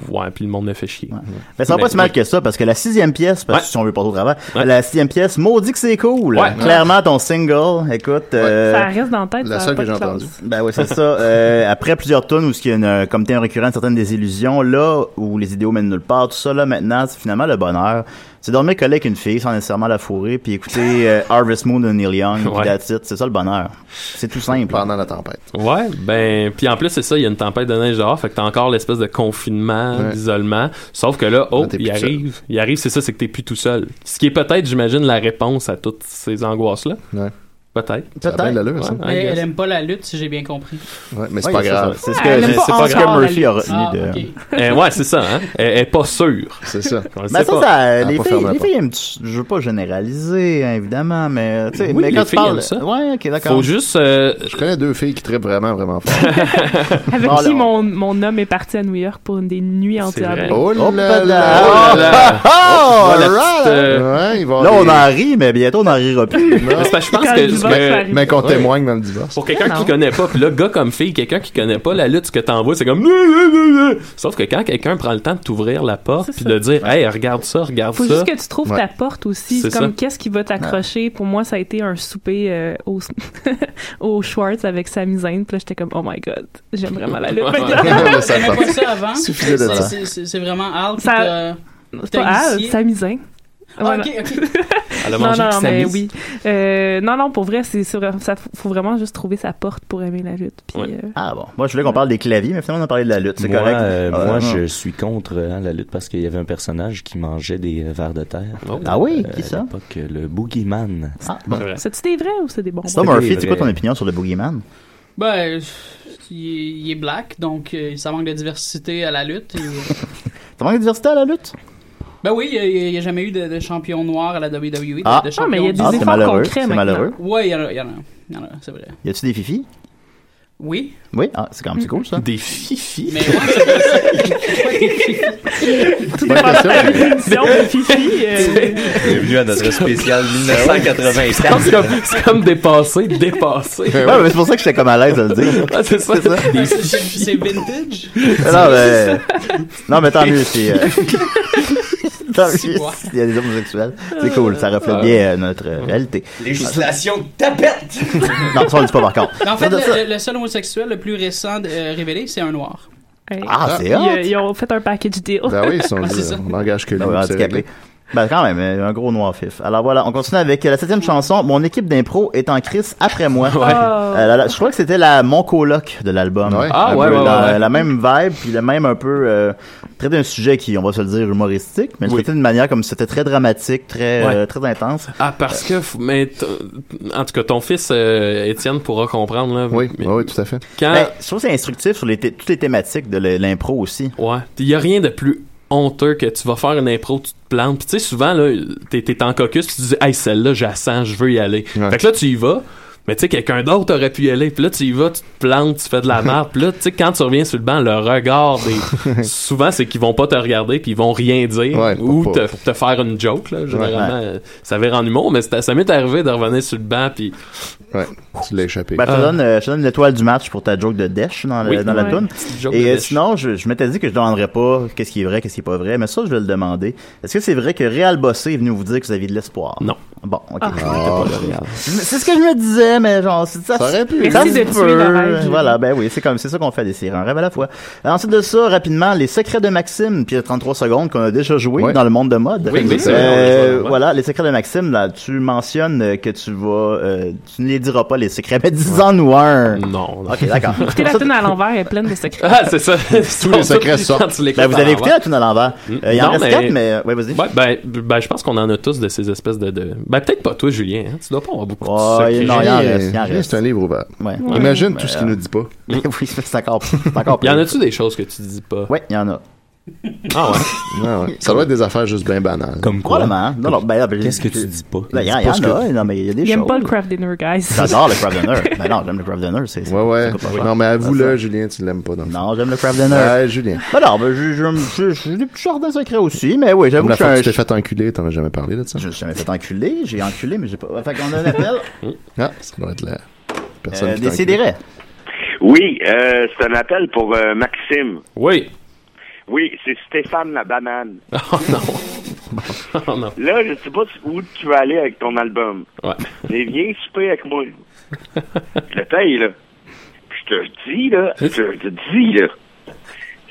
Speaker 8: Ouais, puis le monde me fait chier.
Speaker 5: Mais ça va pas si mal
Speaker 8: oui.
Speaker 5: que ça, parce que la sixième pièce, parce que si on veut pas trop travail, la sixième pièce, maudit que c'est cool.
Speaker 8: Ouais.
Speaker 5: Clairement, ton single, écoute. euh,
Speaker 6: Ça reste dans la tête. ça a pas de classe.
Speaker 5: Ben oui, c'est ça. Euh, après plusieurs tonnes où ce qu'il y a une- euh, comme thème récurrent de certaines des illusions, là où les idéaux mènent nulle part, tout ça, là maintenant, c'est finalement le bonheur. C'est dormir collé avec une fille sans nécessairement la fourrer, puis écouter euh, Harvest Moon de Neil Young, puis
Speaker 8: Ouais.
Speaker 5: that's it. C'est ça le bonheur. C'est tout simple.
Speaker 7: Pendant la tempête.
Speaker 8: Ouais, ben, puis en plus, c'est ça, il y a une tempête de neige dehors, fait que t'as encore l'espèce de confinement,
Speaker 7: Ouais.
Speaker 8: d'isolement. Sauf que là, oh,
Speaker 7: Là, t'es plus
Speaker 8: il
Speaker 7: tout
Speaker 8: arrive, il arrive, c'est ça, c'est que t'es plus tout seul. Ce qui est peut-être, j'imagine, la réponse à toutes ces angoisses-là.
Speaker 7: Ouais.
Speaker 8: Peut-être.
Speaker 7: Ça a bien de l'allure, ça.
Speaker 8: I
Speaker 13: Mais
Speaker 8: guess.
Speaker 13: elle aime pas la lutte, si j'ai bien compris.
Speaker 7: Ouais, mais c'est
Speaker 8: Ouais,
Speaker 7: pas
Speaker 8: c'est
Speaker 7: grave.
Speaker 8: ça. C'est ce que- Elle aime c'est pas pas encore grave. la Murphy a lutte. retenu
Speaker 13: Ah,
Speaker 8: de-
Speaker 13: ok.
Speaker 8: Eh, ouais, c'est ça, hein. Elle elle est pas sûre.
Speaker 7: C'est ça.
Speaker 5: Ben ça, ça, les filles, les filles aiment, je veux pas généraliser, hein, évidemment, mais, tu sais,
Speaker 7: Oui,
Speaker 5: mais
Speaker 7: les
Speaker 5: quand tu
Speaker 7: filles
Speaker 5: parles,
Speaker 7: aiment ça.
Speaker 5: ouais, ok, d'accord.
Speaker 8: juste. euh,
Speaker 7: Je connais deux filles qui trippent vraiment, vraiment fort.
Speaker 6: Avec
Speaker 10: Ah,
Speaker 7: Bon,
Speaker 6: qui
Speaker 7: alors-
Speaker 6: mon, mon homme est parti à New York pour une des nuits entières.
Speaker 7: vrai.
Speaker 6: de-
Speaker 7: Oh là là.
Speaker 5: Oh là là.
Speaker 7: Oh, la petite,
Speaker 5: Alright.
Speaker 7: euh, ouais, il va
Speaker 5: Là, on
Speaker 7: aller-
Speaker 5: en rit, mais bientôt, on en rira plus.
Speaker 8: Mais c'est parce que je pense
Speaker 7: Quand
Speaker 8: que
Speaker 7: il
Speaker 6: divorce,
Speaker 7: mais,
Speaker 6: Marie.
Speaker 7: mais qu'on
Speaker 8: Ouais.
Speaker 7: témoigne dans le divorce.
Speaker 8: Pour quelqu'un
Speaker 6: Non.
Speaker 8: qui connaît pas, puis là, gars comme fille, quelqu'un qui connaît pas la lutte, ce que t'envoies, c'est comme. Sauf que quand quelqu'un prend le temps de t'ouvrir la porte, puis de dire, hey, regarde ça, regarde
Speaker 6: Faut
Speaker 8: ça.
Speaker 6: juste que tu trouves ta porte aussi. C'est
Speaker 8: C'est
Speaker 6: comme
Speaker 8: ça.
Speaker 6: qu'est-ce qui va t'accrocher. Pour moi, ça a été un souper euh, au, au Schwartz avec sa misaine. Puis là, j'étais comme, oh my god, j'aime vraiment la lutte.
Speaker 13: Ouais.
Speaker 6: maintenant.
Speaker 13: J'aimais pas ça avant.
Speaker 7: Suffisait de
Speaker 13: C'est-
Speaker 7: ça.
Speaker 13: c'est- C'est c'est vraiment Al qui
Speaker 6: Ça-
Speaker 13: t'a-
Speaker 6: C'est
Speaker 13: t'a
Speaker 6: pas Al,
Speaker 13: initié.
Speaker 6: sa misaine.
Speaker 13: Ah,
Speaker 6: Voilà.
Speaker 13: ok, ok.
Speaker 8: Elle a
Speaker 6: non,
Speaker 8: mangé
Speaker 6: non,
Speaker 8: avec sa
Speaker 6: mais
Speaker 8: mise.
Speaker 6: oui. Euh, non, non, pour vrai, c'est c'est vrai- ça, faut vraiment juste trouver sa porte pour aimer la lutte. Puis, euh,
Speaker 5: Ah bon, moi je voulais qu'on parle des claviers, mais finalement on a parlé de la lutte, c'est
Speaker 9: moi,
Speaker 5: correct.
Speaker 9: euh,
Speaker 5: Ah,
Speaker 9: moi,
Speaker 5: non.
Speaker 9: je suis contre hein, la lutte parce qu'il y avait un personnage qui mangeait des euh, vers de terre.
Speaker 5: Ah oui, qui ça?
Speaker 9: À l'époque, euh, le Boogeyman.
Speaker 5: Ah, bon. C'est vrai.
Speaker 6: C'est-tu des vrais ou c'est des bons?
Speaker 5: Toi, Murphy, c'est quoi ton opinion sur le Boogeyman?
Speaker 13: Ben, il, il est black, donc euh, ça manque de diversité à la lutte. Et-
Speaker 5: T'as manqué de diversité à la lutte?
Speaker 13: Ben oui, il n'y a, jamais eu de, de champion noir à la WWE.
Speaker 5: Ah.
Speaker 13: de
Speaker 5: Ah, mais il y a des
Speaker 13: champion-
Speaker 5: Ah, c'est efforts malheureux, concrets c'est maintenant. malheureux.
Speaker 13: Ouais, il y en a, il y en a, il y en a, c'est vrai.
Speaker 5: Y a-tu des fifis?
Speaker 13: Oui.
Speaker 5: Oui, ah, c'est quand même c'est cool ça.
Speaker 8: Des fifis?
Speaker 13: Mais moi, c'est
Speaker 6: euh,
Speaker 15: Bienvenue à notre spécial 1984.
Speaker 8: C'est comme, c'est comme dépassé, dépassé.
Speaker 5: Ben Ouais, mais c'est pour ça que j'étais comme à l'aise à le dire.
Speaker 8: Ah, c'est ça. Des
Speaker 13: C'est-
Speaker 8: fifis.
Speaker 13: C'est vintage.
Speaker 5: non,
Speaker 9: Euh,
Speaker 5: mais... non, mais tant mieux si. euh, tant mieux s'il y a des homosexuels. C'est cool, ça reflète bien euh, notre euh, réalité.
Speaker 15: Législation de tapette!
Speaker 5: Non, ça on le dit pas par contre.
Speaker 13: En fait,
Speaker 5: Non, ça-
Speaker 13: le, le- le seul homosexuel le plus récent euh, révélé, c'est un noir.
Speaker 6: ouais.
Speaker 5: Ah, c'est
Speaker 6: Ils,
Speaker 5: hot.
Speaker 6: euh, ils ont fait un package deal.
Speaker 5: Ben
Speaker 8: Ah,
Speaker 5: on n'engage que lui. handicapé. Ben, quand même, euh, un gros noir fif. Alors voilà, on continue avec euh, la septième chanson. Mon équipe d'impro est en crise après moi. Euh, la- la- je crois que c'était la Mon coloc de l'album.
Speaker 8: Ouais. Ah,
Speaker 5: Un
Speaker 8: ouais,
Speaker 5: peu
Speaker 8: ouais,
Speaker 5: la,
Speaker 8: ouais, ouais.
Speaker 5: la même vibe, puis le même un peu euh, traité d'un sujet qui, on va se le dire, humoristique, mais le traité d'une manière comme si c'était très dramatique, très,
Speaker 8: Ouais.
Speaker 5: euh, très intense.
Speaker 8: Ah, parce que, f- mais t- en tout cas, ton fils, euh, Étienne, pourra comprendre. Là, oui,
Speaker 5: oui, tout à fait.
Speaker 8: Quand-
Speaker 5: Ben, je trouve que c'est instructif sur les thé- toutes les thématiques de le- l'impro aussi.
Speaker 8: Ouais. Il y a rien de plus honteux que tu vas faire une impro, tu te plantes. Puis tu sais, souvent, là, t'es, t'es en caucus, puis tu dis, hey, celle-là, j'assens, je veux y aller. Fait que là, tu y vas. Mais tu sais, quelqu'un d'autre aurait pu y aller. Puis là, tu y vas, tu te plantes, tu fais de la merde. Puis là, tu sais, quand tu reviens sur le banc, le regard des. souvent, c'est qu'ils vont pas te regarder, puis ils vont rien dire. ou
Speaker 5: pas-
Speaker 8: te, te faire une joke, là. Généralement,
Speaker 5: Ouais.
Speaker 8: euh, ça vire en humour, mais c'était- ça m'est arrivé de revenir sur le banc, puis.
Speaker 5: Ouais, tu l'as échappé. Ben, je, te
Speaker 8: Ah.
Speaker 5: donne, euh, je te donne l'étoile du match pour ta joke de Desh dans, le-
Speaker 8: Oui.
Speaker 5: dans la
Speaker 8: Ouais.
Speaker 5: toune.
Speaker 8: Petite joke de
Speaker 5: Et euh,
Speaker 8: Desh.
Speaker 5: sinon, je, je m'étais dit que je ne demanderais pas qu'est-ce qui est vrai, qu'est-ce qui est pas vrai, mais ça, je vais le demander. Est-ce que c'est vrai que Réal Bossé est venu vous dire que vous aviez de l'espoir? Non. Bon, ok.
Speaker 3: Ah.
Speaker 5: Je m'étais pas dit. C'est ce que je me disais, mais genre, c'est ça. hein?
Speaker 3: aurait pu.
Speaker 5: Ça
Speaker 3: Merci
Speaker 5: se
Speaker 3: de
Speaker 5: peut.
Speaker 3: tuer le rêve.
Speaker 5: Voilà, ben oui, c'est comme c'est ça qu'on fait des séries, un rêve à la fois. Alors, ensuite de ça, rapidement, les secrets de Maxime, puis il y a 33 secondes qu'on a déjà joué dans le monde de mode.
Speaker 3: Oui, oui, c'est vrai, on les voit, on les
Speaker 5: euh,
Speaker 3: voit.
Speaker 5: voilà, les secrets de Maxime, là, tu mentionnes euh, que tu vas, euh, tu ne les diras pas les secrets, mais dis-en-nous un.
Speaker 8: Non.
Speaker 5: Ok, d'accord.
Speaker 6: Écoutez, la tune à l'envers est pleine de secrets.
Speaker 8: Ah,
Speaker 5: Tous les secrets sortent. Ben, vous avez écouté la tune à l'envers. Euh, il en reste quatre, mais euh, ouais, vas-y.
Speaker 8: Ouais, ben, ben, je pense qu'on en a tous de ces espèces de. de- Ben, peut-être pas toi, Julien. hein. Tu dois pas avoir beaucoup de
Speaker 5: Ouais,
Speaker 8: secrets.
Speaker 5: non, oh, il en reste, il en
Speaker 8: Julien,
Speaker 5: reste.
Speaker 8: c'est un
Speaker 5: livre ouvert.
Speaker 8: Ouais.
Speaker 7: Imagine
Speaker 8: Mais,
Speaker 7: tout ce
Speaker 8: euh,
Speaker 7: qu'il nous dit pas.
Speaker 5: oui, c'est encore, c'est encore
Speaker 8: Y en a-tu des choses que tu dis pas?
Speaker 5: Ouais, il y en a.
Speaker 8: Ah ouais?
Speaker 7: Ouais, ouais. Ça doit être des affaires juste bien banales.
Speaker 9: Comme
Speaker 5: Probablement. Non, non, ben, Qu'est-ce que tu
Speaker 9: dis pas?
Speaker 5: Il y en
Speaker 7: Dis pas ce que-
Speaker 5: a, non, mais il y a des
Speaker 6: J'aime
Speaker 5: choses.
Speaker 6: pas le craft dinner, guys.
Speaker 5: J'adore le crab dinner. Mais non, j'aime le crab dinner. C'est, ouais, ouais.
Speaker 7: Non, mais avoue-le,
Speaker 5: Julien, tu l'aimes pas. Non, j'aime le crab dinner.
Speaker 7: Ouais, Julien.
Speaker 5: Ben non, ben, j'ai- j'ai- j'ai j'ai des petits jardins secrets aussi, mais oui,
Speaker 7: Comme
Speaker 5: j'avoue que
Speaker 7: la
Speaker 5: je
Speaker 7: fois que tu
Speaker 5: suis
Speaker 7: t'es
Speaker 5: un-
Speaker 7: fait enculer, t'en as jamais parlé de ça?
Speaker 5: Je me suis jamais fait enculer, j'ai enculé, mais j'ai pas. Fait qu'on a un appel.
Speaker 7: Ah, ça doit être la personne
Speaker 5: Euh,
Speaker 7: qui t'a enculé.
Speaker 5: Décidérez.
Speaker 11: Oui, euh, c'est un appel pour euh, Maxime.
Speaker 8: Oui.
Speaker 11: Oui, c'est Stéphane la banane.
Speaker 8: Oh non. oh non.
Speaker 11: Là, je sais pas où tu vas aller avec ton album.
Speaker 8: Ouais.
Speaker 11: Mais viens souper avec moi. Je le paye, là. Puis je te dis, là, je te dis, là,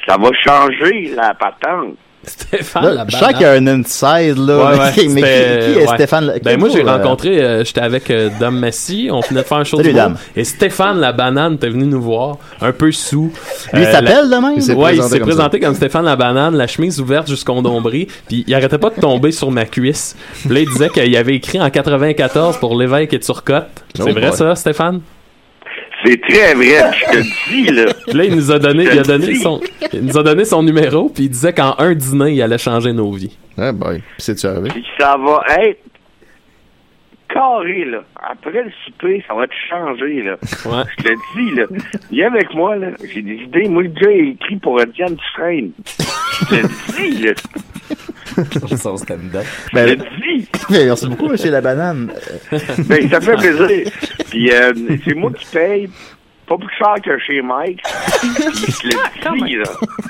Speaker 11: ça va changer la patente.
Speaker 8: Stéphane
Speaker 5: je sens qu'il y a un inside, là.
Speaker 8: Ouais, ouais,
Speaker 5: mais qui, mais qui-
Speaker 8: c'était-
Speaker 5: qui est
Speaker 8: Euh, ouais.
Speaker 5: Stéphane? la-
Speaker 8: Ben moi j'ai
Speaker 5: Quel mot, euh,
Speaker 8: rencontré, euh, j'étais avec euh, Dom Messi, on venait de faire un show
Speaker 5: Salut,
Speaker 8: du monde,
Speaker 5: Dom.
Speaker 8: et Stéphane la banane était venu nous voir, un peu sous.
Speaker 5: Lui, il s'appelle
Speaker 8: la-
Speaker 5: de même? Il s'est
Speaker 8: Ouais, il
Speaker 5: présenté
Speaker 8: s'est
Speaker 5: comme
Speaker 8: présenté comme Stéphane la banane, la chemise ouverte jusqu'au nombril, puis il arrêtait pas de tomber sur ma cuisse. Puis là il disait qu'il avait écrit en 94 pour l'évêque et Turcotte. C'est
Speaker 11: Oh,
Speaker 8: vrai
Speaker 11: boy.
Speaker 8: ça, Stéphane?
Speaker 11: C'est très vrai, je te dis, là.
Speaker 8: Puis là, il nous a donné,
Speaker 11: Je
Speaker 8: il a
Speaker 11: te
Speaker 8: donné
Speaker 11: dis.
Speaker 8: son, il nous a donné son numéro, puis il disait qu'en un dîner, il allait changer nos vies.
Speaker 7: Ah boy, c'est-tu arrivé?
Speaker 11: Puis ça va être carré, là. Après le souper, ça va te changer, là. Je te dis, là. Viens avec moi, là. J'ai des idées. Moi, le gars, il écrit pour Diane Dufresne. Je te dis, là.
Speaker 9: Son stand-up.
Speaker 11: Je te dis.
Speaker 5: Mais Ben, merci beaucoup, monsieur La Banane. Euh,
Speaker 11: Ben, ça fait plaisir. Puis euh, c'est moi qui paye. Pas plus cher que chez Mike. Puis je le dis, là.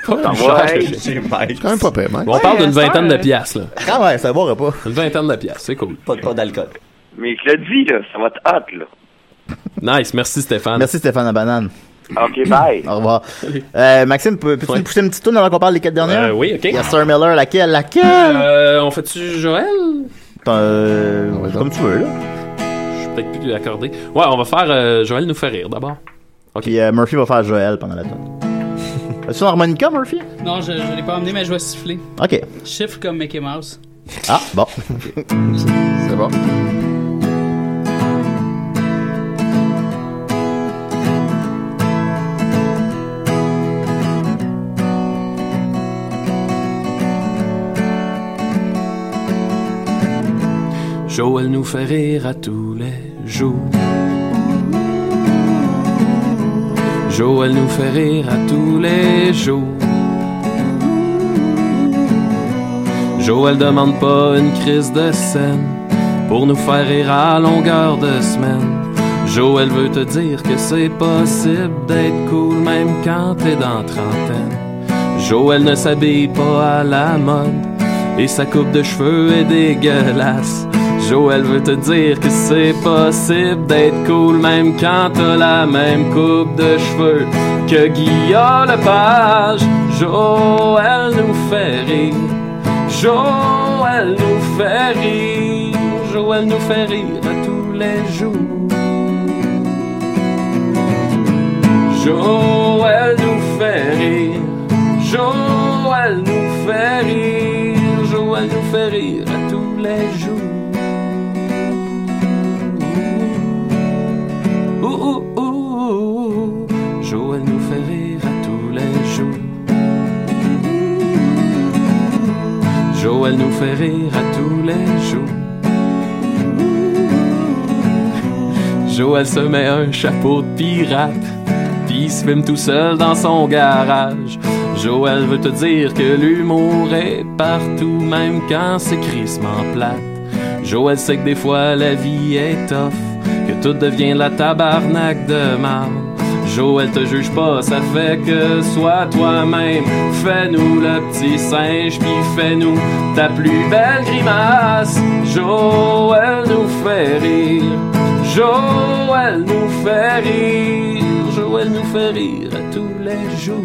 Speaker 5: Pas
Speaker 11: plus cher que
Speaker 5: chez Mike. C'est quand même pas pire, Mike.
Speaker 8: Bon, on parle d'une vingtaine de piastres, là.
Speaker 5: Ah ouais, ça boira pas.
Speaker 8: Une vingtaine de piastres, c'est cool.
Speaker 15: Pas, pas d'alcool.
Speaker 11: Mais je le dis, là, ça va être hot, là.
Speaker 8: Nice, merci Stéphane.
Speaker 5: Merci Stéphane La Banane.
Speaker 11: OK, bye.
Speaker 5: Au revoir. Euh, Maxime, peux- peux-tu nous pousser une petite tourne avant qu'on parle des quatre dernières?
Speaker 8: Euh, oui, OK.
Speaker 5: Il y a Sir Miller, laquelle? Laquelle?
Speaker 8: Euh, on fait-tu Joël?
Speaker 5: Euh, comme tu veux, là.
Speaker 8: Je suis peut-être plus accordé. Ouais, on va faire euh, Joël nous fait rire d'abord.
Speaker 5: Puis euh, Murphy va faire Joël pendant la tourne. As-tu son harmonica, Murphy?
Speaker 13: Non, je, je l'ai pas emmené, mais je vais siffler.
Speaker 5: OK.
Speaker 13: Chiffre comme Mickey Mouse.
Speaker 5: Ah, bon.
Speaker 7: C'est bon.
Speaker 8: Joël nous fait rire à tous les jours. Joël nous fait rire à tous les jours. Joël demande pas une crise de scène pour nous faire rire à longueur de semaine. Joël veut te dire que c'est possible d'être cool même quand t'es dans trentaine. Joël ne s'habille pas à la mode et sa coupe de cheveux est dégueulasse. Joël veut te dire que c'est possible d'être cool même quand t'as la même coupe de cheveux que Guillaume Lepage. Joël nous fait rire. Joël nous fait rire. Joël nous fait rire à tous les jours. Joël nous fait rire. Joël nous fait rire. Joël nous fait rire à tous les jours. Ouh, ouh, ouh, ouh. Joël nous fait rire à tous les jours. Joël nous fait rire à tous les jours. Joël se met un chapeau de pirate, puis il se filme tout seul dans son garage. Joël veut te dire que l'humour est partout, même quand c'est crissement plate. Joël sait que des fois la vie est tough, que tout devient la tabarnak de marde. Joël te juge pas, ça fait que sois toi-même. Fais-nous le petit singe, puis fais-nous ta plus belle grimace. Joël nous fait rire. Joël nous fait rire. Joël nous fait rire à tous les jours.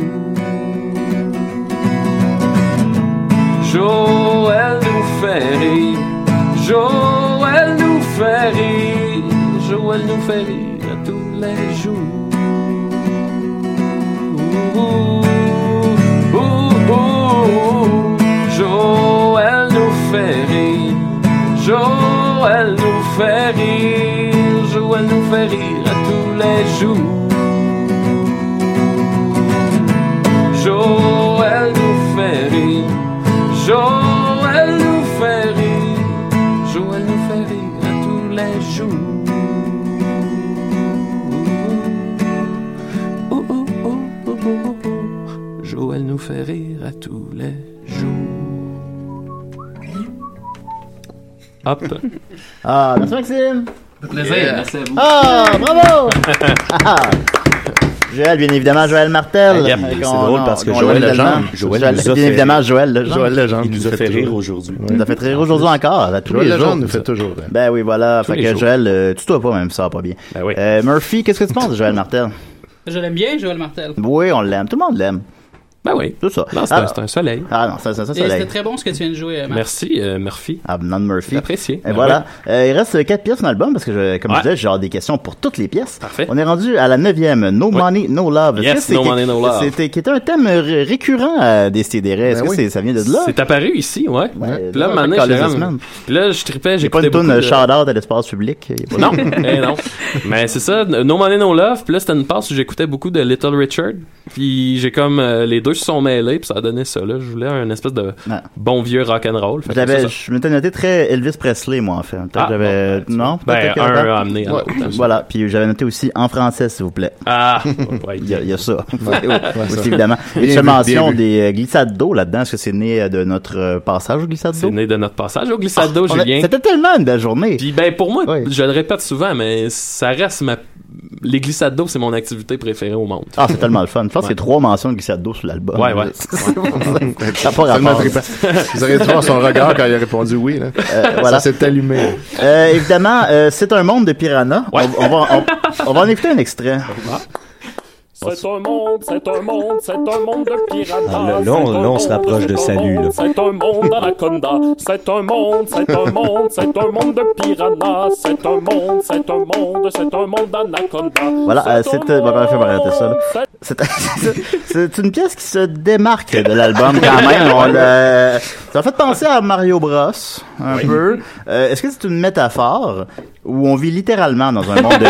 Speaker 8: Joël nous fait rire. Joël nous fait rire. Joël nous fait rire à tous les jours. Ouh, ouh, ouh. Joël nous fait rire. Joël nous fait rire. Joël nous fait rire à tous les jours. Joël nous fait rire. Joël nous fait rire. Joël nous fait rire à tous les jours. Oh, oh, oh, oh, oh, oh. Joël nous fait rire à tous les jours. Hop.
Speaker 5: Ah, merci Maxime.
Speaker 8: plaisir, merci à vous.
Speaker 5: Ah, bravo! Ah. Joël, bien évidemment, Joël Martel.
Speaker 9: Yep, c'est drôle parce que Joël Legendre- Joël
Speaker 5: Joël,
Speaker 9: nous a
Speaker 5: bien
Speaker 9: fait-
Speaker 5: évidemment, Ah, Joël Legendre.
Speaker 9: Joël Legendre
Speaker 5: Il nous a
Speaker 9: fait rire
Speaker 5: aujourd'hui. Il nous a fait rire aujourd'hui encore. à tous
Speaker 7: Joël
Speaker 5: les
Speaker 7: Legendre
Speaker 5: jours.
Speaker 7: nous fait toujours rire.
Speaker 5: Ben oui, voilà.
Speaker 7: Tous
Speaker 5: fait
Speaker 7: les
Speaker 5: que
Speaker 7: jours.
Speaker 5: Joël, euh, tu toi pas même, ça va pas bien. Euh, Murphy, qu'est-ce que tu penses de Joël Martel?
Speaker 13: Je l'aime bien, Joël Martel.
Speaker 5: Oui, on l'aime. Tout le monde l'aime.
Speaker 8: Ben oui.
Speaker 5: Tout ça.
Speaker 8: Non, c'est un-
Speaker 5: Alors-
Speaker 8: c'est un soleil.
Speaker 5: Ah non, c'est un, c'est un
Speaker 13: Et C'était
Speaker 5: soleil.
Speaker 13: très bon ce que tu viens de jouer, euh, Marc.
Speaker 8: Merci, euh, Murphy.
Speaker 5: Abnon Murphy.
Speaker 8: Apprécié.
Speaker 5: Et voilà. Euh, il reste 4 pièces dans l'album parce que, je- comme
Speaker 8: Ouais.
Speaker 5: je disais, j'ai hâte des questions pour toutes les pièces. On est rendu à la neuvième, No Money, No Love.
Speaker 8: Yes,
Speaker 5: Est-ce que c'est
Speaker 8: No
Speaker 5: qui-
Speaker 8: Money, No Love.
Speaker 5: C'était qui était un thème ré- récurrent à des CDR. Est-ce
Speaker 8: Ben
Speaker 5: que
Speaker 8: oui.
Speaker 5: c'est- ça vient de là?
Speaker 8: C'est apparu ici, ouais. Puis là,
Speaker 5: ouais,
Speaker 8: maintenant,
Speaker 5: fait
Speaker 8: j'étais
Speaker 5: Colin
Speaker 8: comme-
Speaker 5: Zissman.
Speaker 8: Puis là, je tripais,
Speaker 5: J'ai pas une
Speaker 8: j'écoutais
Speaker 5: euh,
Speaker 8: beaucoup
Speaker 5: tonne
Speaker 8: de-
Speaker 5: shout-out à l'espace public. Il y a pas-
Speaker 8: Non, eh non. Mais c'est ça, No Money No Love, puis là c'était une passe où j'écoutais beaucoup de Little Richard, puis j'ai comme euh, les deux deux se sont mêlés, puis ça a donné ça. Là. Je voulais un espèce de bon vieux rock'n'roll. Fait que c'est
Speaker 5: J'avais,
Speaker 8: ça.
Speaker 5: je m'étais noté très Elvis Presley, moi, en fait. Peut-être
Speaker 8: Ah,
Speaker 5: que j'avais,
Speaker 8: bon, ben, tu vois.
Speaker 5: non?
Speaker 8: Ben,
Speaker 5: peut-être que-
Speaker 8: un a amené à
Speaker 5: Ouais.
Speaker 8: l'autre, hein, ça.
Speaker 5: Voilà. Puis j'avais noté aussi en français, s'il vous plaît.
Speaker 8: Ah!
Speaker 5: il, y a, il y a ça.
Speaker 8: Ouais,
Speaker 5: Oui,
Speaker 8: ouais,
Speaker 5: aussi,
Speaker 8: ça.
Speaker 5: évidemment.
Speaker 8: Bien
Speaker 5: Et je
Speaker 8: vu,
Speaker 5: mention
Speaker 8: bien vu.
Speaker 5: des euh, glissades d'eau là-dedans. Est-ce que c'est né euh, de notre euh, passage au glissade d'eau? C'est
Speaker 8: né de notre passage au glissade d'eau,
Speaker 5: Ah, on a-
Speaker 8: Julien.
Speaker 5: C'était tellement une belle journée.
Speaker 8: Puis ben pour moi, je le répète souvent, mais ça reste ma. Les glissades d'eau, c'est mon activité préférée au monde.
Speaker 5: Ah, c'est tellement le fun. Je pense que
Speaker 8: Ouais.
Speaker 5: c'est trois mentions de glissade d'eau sur l'album.
Speaker 8: Ouais, ouais.
Speaker 5: Ça n'a pas
Speaker 7: Tellement
Speaker 5: rapport.
Speaker 7: trippant. Vous auriez dû voir son regard quand il a répondu oui. Là.
Speaker 5: Euh, voilà.
Speaker 7: Ça s'est allumé.
Speaker 5: Euh, évidemment, euh, c'est un monde de piranha. On, on va, on- on va en écouter un extrait.
Speaker 16: C'est un monde, c'est un monde, c'est un monde de pirates.
Speaker 9: Ah, là, là, on, là, on se rapproche de salut. Là.
Speaker 16: C'est un monde d'anaconda, c'est un monde, c'est un monde, c'est un monde de piranha, c'est un monde, c'est un monde, c'est un monde d'anaconda.
Speaker 5: Voilà, euh, c'est euh, bon, ben, fais-moi arrêter ça. là. C'est- C'est une pièce qui se démarque de l'album quand même. On l'a- ça m'a fait penser à Mario Bros un
Speaker 15: Oui.
Speaker 5: peu. Euh, Est-ce que c'est une métaphore où on vit littéralement dans un monde de,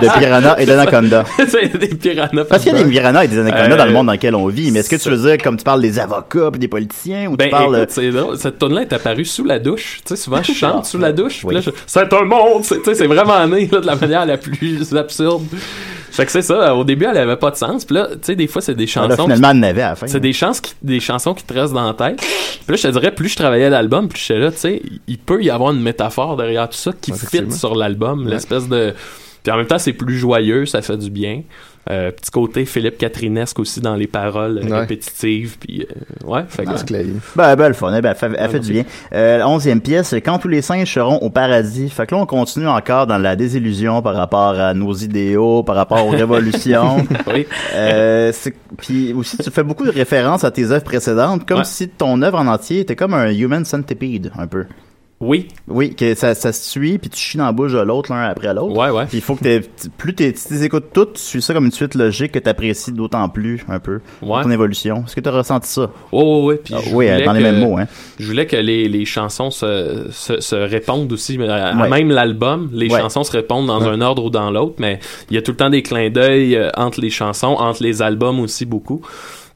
Speaker 5: de piranha et d'anaconda?
Speaker 8: C'est des piranhas.
Speaker 5: Parce qu'il y a des piranhas et des anacondas
Speaker 8: Euh,
Speaker 5: dans le monde dans lequel on vit, mais est-ce que tu veux dire comme tu parles des avocats puis des politiciens ou
Speaker 8: Ben,
Speaker 5: tu parles Ah,
Speaker 8: écoute, c'est drôle, cette tonne là est apparue sous la douche. Tu sais, souvent, je chante sous
Speaker 5: ben,
Speaker 8: la douche. puis là, je- c'est un monde! C'est- Tu sais, c'est vraiment né là, de la manière la plus absurde. Fait que c'est ça. Au début, elle avait pas de sens. Puis là, tu sais, des fois, c'est des chansons.
Speaker 5: là,
Speaker 8: qui-
Speaker 5: finalement, elle en avait à la fin.
Speaker 8: C'est des, chances qui- des chansons qui te restent dans la tête. Puis là, je te dirais, plus je travaillais l'album, plus j'étais là, tu sais, il peut y avoir une métaphore derrière tout ça qui fit
Speaker 14: Effectivement.
Speaker 8: sur l'album. L'espèce de. Puis en même temps, c'est plus joyeux, ça fait du bien. Euh, petit côté Philippe Catrinesque aussi dans les paroles euh,
Speaker 5: Ouais.
Speaker 8: répétitives. Puis euh, ouais, fait que-
Speaker 5: Ben, ben, le fun, eh ben, elle fait, elle
Speaker 8: Ah,
Speaker 5: fait
Speaker 8: non,
Speaker 5: du bien. Euh, onzième pièce, quand tous les singes seront au paradis. Fait que là, on continue encore dans la désillusion par rapport à nos idéaux, par rapport aux révolutions.
Speaker 8: oui.
Speaker 5: Euh, c'est- puis aussi, tu fais beaucoup de références à tes œuvres précédentes, comme
Speaker 8: Ouais.
Speaker 5: si ton œuvre en entier était comme un human centipede, un peu.
Speaker 8: Oui.
Speaker 5: Oui, que ça, ça se suit, puis tu chies dans la bouche de l'autre l'un après l'autre.
Speaker 8: Ouais, ouais.
Speaker 5: Puis il faut que t'aies- tu- plus t'es- tu les écoutes toutes, tu suis ça comme une suite logique que t'apprécies d'autant plus, un peu.
Speaker 8: Ouais.
Speaker 5: Ton évolution. Est-ce que t'as ressenti ça?
Speaker 8: Ouais, ouais, ouais. Puis
Speaker 5: Ah,
Speaker 8: je
Speaker 5: oui,
Speaker 8: voulais
Speaker 5: dans les
Speaker 8: que-
Speaker 5: mêmes mots, hein.
Speaker 8: Je voulais que les, les chansons se, se, se répondent aussi. mais à- à
Speaker 5: Ouais.
Speaker 8: Même l'album, les
Speaker 5: Ouais.
Speaker 8: chansons se répondent dans
Speaker 5: Ouais.
Speaker 8: un ordre ou dans l'autre, mais il y a tout le temps des clins d'œil euh, entre les chansons, entre les albums aussi beaucoup.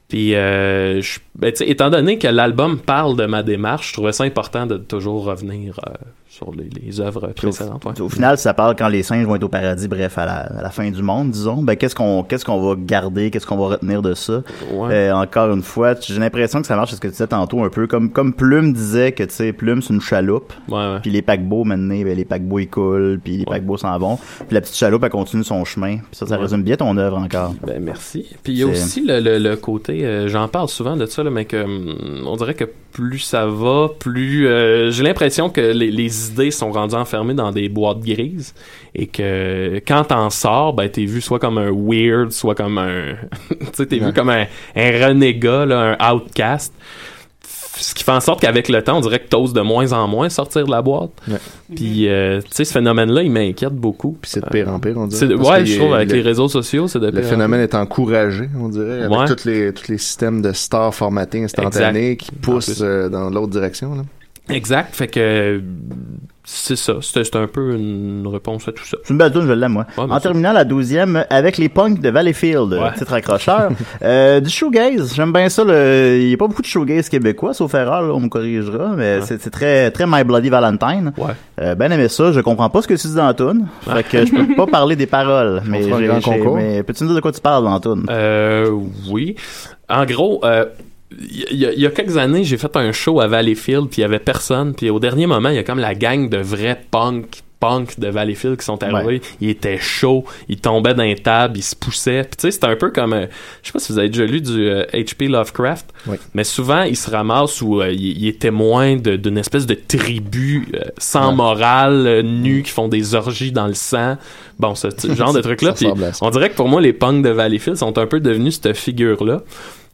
Speaker 8: Puis, euh, je- ben, tu sais, étant donné que l'album parle de ma démarche, je trouvais ça important de toujours revenir euh, sur les, les œuvres précédentes. ouais.
Speaker 5: Au final, ça parle quand les singes vont être au paradis, bref, à la, à la fin du monde, disons. Ben, qu'est-ce qu'on qu'est-ce qu'on va garder, qu'est-ce qu'on va retenir de ça? Euh, encore une fois, j'ai l'impression que ça marche, c'est ce que tu disais tantôt, un peu comme, comme Plume disait que, tu sais, Plume, c'est une chaloupe. Puis les paquebots, maintenant, ben, les paquebots, ils coulent, puis les paquebots s'en vont. Puis la petite chaloupe, elle continue son chemin. Puis ça, ça
Speaker 8: Ouais.
Speaker 5: résume bien ton œuvre encore.
Speaker 8: Ben, merci. Puis il y a
Speaker 5: C'est-
Speaker 8: aussi le, le- le côté, euh, j'en parle souvent de ça, là, mais que, hum, on dirait que plus ça va, plus euh, j'ai l'impression que les, les idées sont rendues enfermées dans des boîtes grises et que quand t'en sors, ben t'es vu soit comme un weird, soit comme un, tu sais, t'es vu
Speaker 14: Ouais.
Speaker 8: comme un, un renégat, là, un outcast. Ce qui fait en sorte qu'avec le temps, on dirait que t'oses de moins en moins sortir de la boîte. Puis, euh, tu sais, ce phénomène-là, il m'inquiète beaucoup. Puis c'est de pire en pire, on
Speaker 7: dirait. Parce
Speaker 8: Ouais,
Speaker 7: qu'il
Speaker 8: je
Speaker 7: est-
Speaker 8: trouve, avec
Speaker 7: le-
Speaker 8: les réseaux sociaux, c'est de
Speaker 7: Le
Speaker 8: pire en
Speaker 7: phénomène est encouragé, on dirait, avec
Speaker 8: Ouais.
Speaker 7: tous, les, tous les systèmes de star formatting instantané qui poussent euh, dans l'autre direction. Là.
Speaker 8: Exact, fait que euh, c'est ça, c'est c'est un peu une réponse à tout ça.
Speaker 5: C'est une belle tune, je l'aime, moi. en terminant la douzième, avec les punks de Valleyfield, titre accrocheur. Euh, du shoegaze, j'aime bien ça. le- Il n'y a pas beaucoup de shoegaze québécois, sauf erreur, là, on me corrigera, mais c'est c'est très, très My Bloody Valentine. Euh, ben aimé ça, je comprends pas ce que tu dis dans la tune, fait que je peux pas parler des paroles. Mais,
Speaker 8: fera un
Speaker 5: j'ai-
Speaker 8: grand
Speaker 5: j'ai-
Speaker 8: concours.
Speaker 5: mais peux-tu nous dire de quoi tu parles dans la tune?
Speaker 8: Euh, oui. En gros, euh, il y, a- il y a quelques années, j'ai fait un show à Valleyfield, puis il y avait personne, puis au dernier moment, il y a comme la gang de vrais punk punk de Valleyfield qui sont arrivés, ils étaient chauds, ils tombaient dans les tables, ils se poussaient. Puis tu sais, c'est un peu comme euh, je sais pas si vous avez déjà lu du euh, H.P. Lovecraft, mais souvent ils se ramassent où euh, il il est témoin de- d'une espèce de tribu euh, sans morale, euh, nue, qui font des orgies dans le sang. Bon, ce t- genre de truc là,
Speaker 14: Ça ressemble à
Speaker 8: on dirait que pour moi, les punks de Valleyfield sont un peu devenus cette figure-là.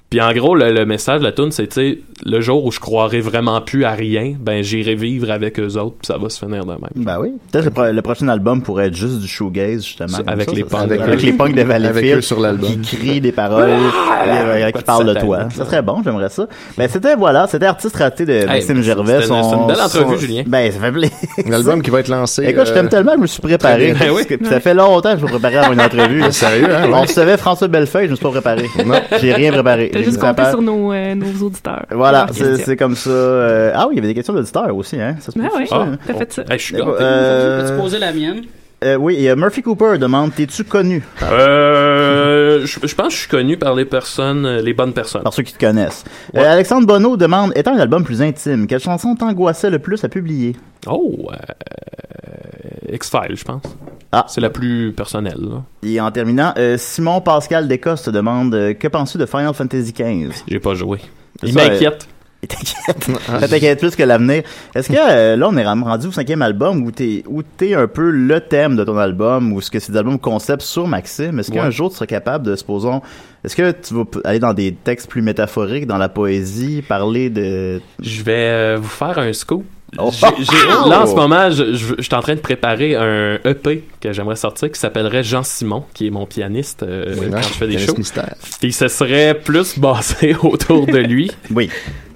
Speaker 8: Puis en gros, le, le message de la tune, c'est tu sais, le jour où je croirai vraiment plus à rien, ben j'irai vivre avec eux autres, puis ça va se finir de même.
Speaker 5: Ben oui. Peut-être le, pro- le prochain album pourrait être juste du shoegaze, justement.
Speaker 8: Ça,
Speaker 5: comme
Speaker 8: avec les
Speaker 5: ça,
Speaker 8: punks.
Speaker 5: Avec,
Speaker 8: Avec
Speaker 5: avec les
Speaker 8: eux.
Speaker 5: punks de Valleyfield.
Speaker 8: Avec eux sur l'album.
Speaker 5: Qui crient des paroles,
Speaker 7: Ah!
Speaker 5: euh,
Speaker 8: Quoi
Speaker 5: qui
Speaker 8: de
Speaker 5: parlent de
Speaker 8: satanique,
Speaker 5: toi.
Speaker 8: là.
Speaker 5: Ça serait bon, j'aimerais ça. Ben, c'était, voilà, c'était Artiste raté de Maxime
Speaker 7: mais
Speaker 5: Gervais.
Speaker 7: c'était
Speaker 5: Son-
Speaker 7: une- c'est une belle
Speaker 5: son-
Speaker 7: entrevue, Julien.
Speaker 5: Ben, ça fait plaisir.
Speaker 7: L'album qui va être lancé.
Speaker 5: Écoute, je
Speaker 7: euh,
Speaker 5: t'aime tellement, je me suis préparé.
Speaker 7: très bien. Ben oui.
Speaker 5: Puis Ça fait longtemps que je me préparais à une entrevue.
Speaker 7: Sérieux, hein, ouais.
Speaker 5: On recevait François Bellefeuille, je me suis pas préparé.
Speaker 7: Non.
Speaker 5: J'ai rien préparé.
Speaker 6: T'as juste compté sur Ah, nos, euh, nos auditeurs.
Speaker 5: Voilà,
Speaker 6: Leurs
Speaker 5: c'est
Speaker 6: questions.
Speaker 5: c'est comme ça. euh, Ah oui, il y avait des questions d'auditeurs aussi, hein? Ça se
Speaker 6: Ah
Speaker 5: peut-tu,
Speaker 6: oui,
Speaker 5: ça, hein?
Speaker 6: t'as fait ça.
Speaker 8: Hey, je suis
Speaker 5: Euh,
Speaker 8: gâté.
Speaker 13: Peux-tu poser la mienne?
Speaker 5: euh, oui, et euh, Murphy Cooper demande T'es-tu connu
Speaker 8: Euh, je, je pense que je suis connu par les personnes, euh, les bonnes personnes.
Speaker 5: par ceux qui te connaissent Euh, Alexandre Bonneau demande Étant un album plus intime, quelle chanson t'angoissait le plus à publier
Speaker 8: Oh, euh, X-Files, je pense.
Speaker 5: Ah.
Speaker 8: C'est la plus personnelle. là.
Speaker 5: Et en terminant, euh, Simon Pascal Descosses te demande euh, Que penses-tu de Final Fantasy XV
Speaker 8: J'ai pas joué.
Speaker 5: C'est
Speaker 8: Il
Speaker 5: ça, euh,
Speaker 8: m'inquiète.
Speaker 5: Il t'inquiète. Ça t'inquiète plus que l'avenir. Est-ce que euh, là, on est ram- rendu au cinquième album où t'es où t'es un peu le thème de ton album ou ce que c'est des albums concept sur Maxime? Est-ce qu'un
Speaker 8: Ouais.
Speaker 5: jour tu serais capable de, supposons, est-ce que tu vas p- aller dans des textes plus métaphoriques, dans la poésie, parler de...
Speaker 8: Je vais euh, vous faire un scoop.
Speaker 5: Oh.
Speaker 8: J'ai- j'ai-
Speaker 5: Oh.
Speaker 8: Là, en ce moment, je, je- je suis en train de préparer un EP que j'aimerais sortir qui s'appellerait Jean Simon, qui est mon pianiste euh,
Speaker 7: Oui,
Speaker 8: quand je fais des
Speaker 7: pianiste
Speaker 8: shows.
Speaker 7: mystère.
Speaker 8: Puis ce serait plus basé autour de lui.
Speaker 5: Oui.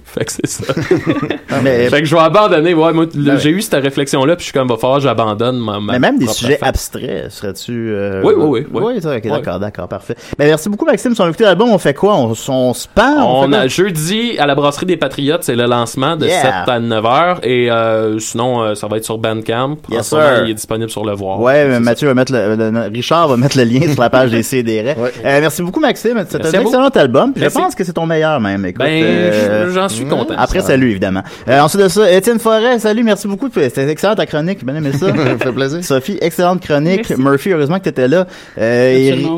Speaker 8: Fait que c'est ça.
Speaker 5: mais-
Speaker 8: fait que je vais abandonner. Ouais, moi, le-
Speaker 5: Ah ouais.
Speaker 8: j'ai eu cette réflexion-là, puis je suis comme, va falloir que j'abandonne ma, ma
Speaker 5: Mais même des
Speaker 8: propre
Speaker 5: sujets
Speaker 8: affaire.
Speaker 5: abstraits, serais-tu... euh,
Speaker 8: Oui, oui, oui, oui.
Speaker 5: c'est vrai, ok,
Speaker 8: Oui.
Speaker 5: d'accord, d'accord, parfait. Ben, merci beaucoup Maxime, si on a écouté l'album, on fait quoi? On, s- on se parle?
Speaker 8: On
Speaker 5: fait
Speaker 8: a
Speaker 5: quoi?
Speaker 8: jeudi à la brasserie des Patriotes, c'est le lancement de
Speaker 5: Yeah.
Speaker 8: 7 à 9 heures. Et euh, sinon, euh, ça va être sur Bandcamp. En
Speaker 5: Yes,
Speaker 8: ce moment,
Speaker 5: sir.
Speaker 8: il est disponible sur le voir.
Speaker 5: Ouais, mais Mathieu va mettre le, le- le- Richard va mettre le lien sur la page des CDR. Euh, merci beaucoup Maxime, c'est un
Speaker 8: Merci à vous.
Speaker 5: excellent album, puis je
Speaker 8: Merci.
Speaker 5: pense que c'est ton meilleur même. Écoute,
Speaker 8: Ben,
Speaker 5: euh,
Speaker 8: j'en suis content.
Speaker 5: Après
Speaker 8: Ça.
Speaker 5: salut évidemment. Euh, ensuite de ça, Étienne Forêt, salut, merci beaucoup, c'était excellent ta chronique, bien aimé ça.
Speaker 7: Ça fait plaisir.
Speaker 5: Sophie, excellente chronique.
Speaker 7: Merci.
Speaker 5: Murphy, heureusement que t'étais là. Euh, et-
Speaker 7: Absolument.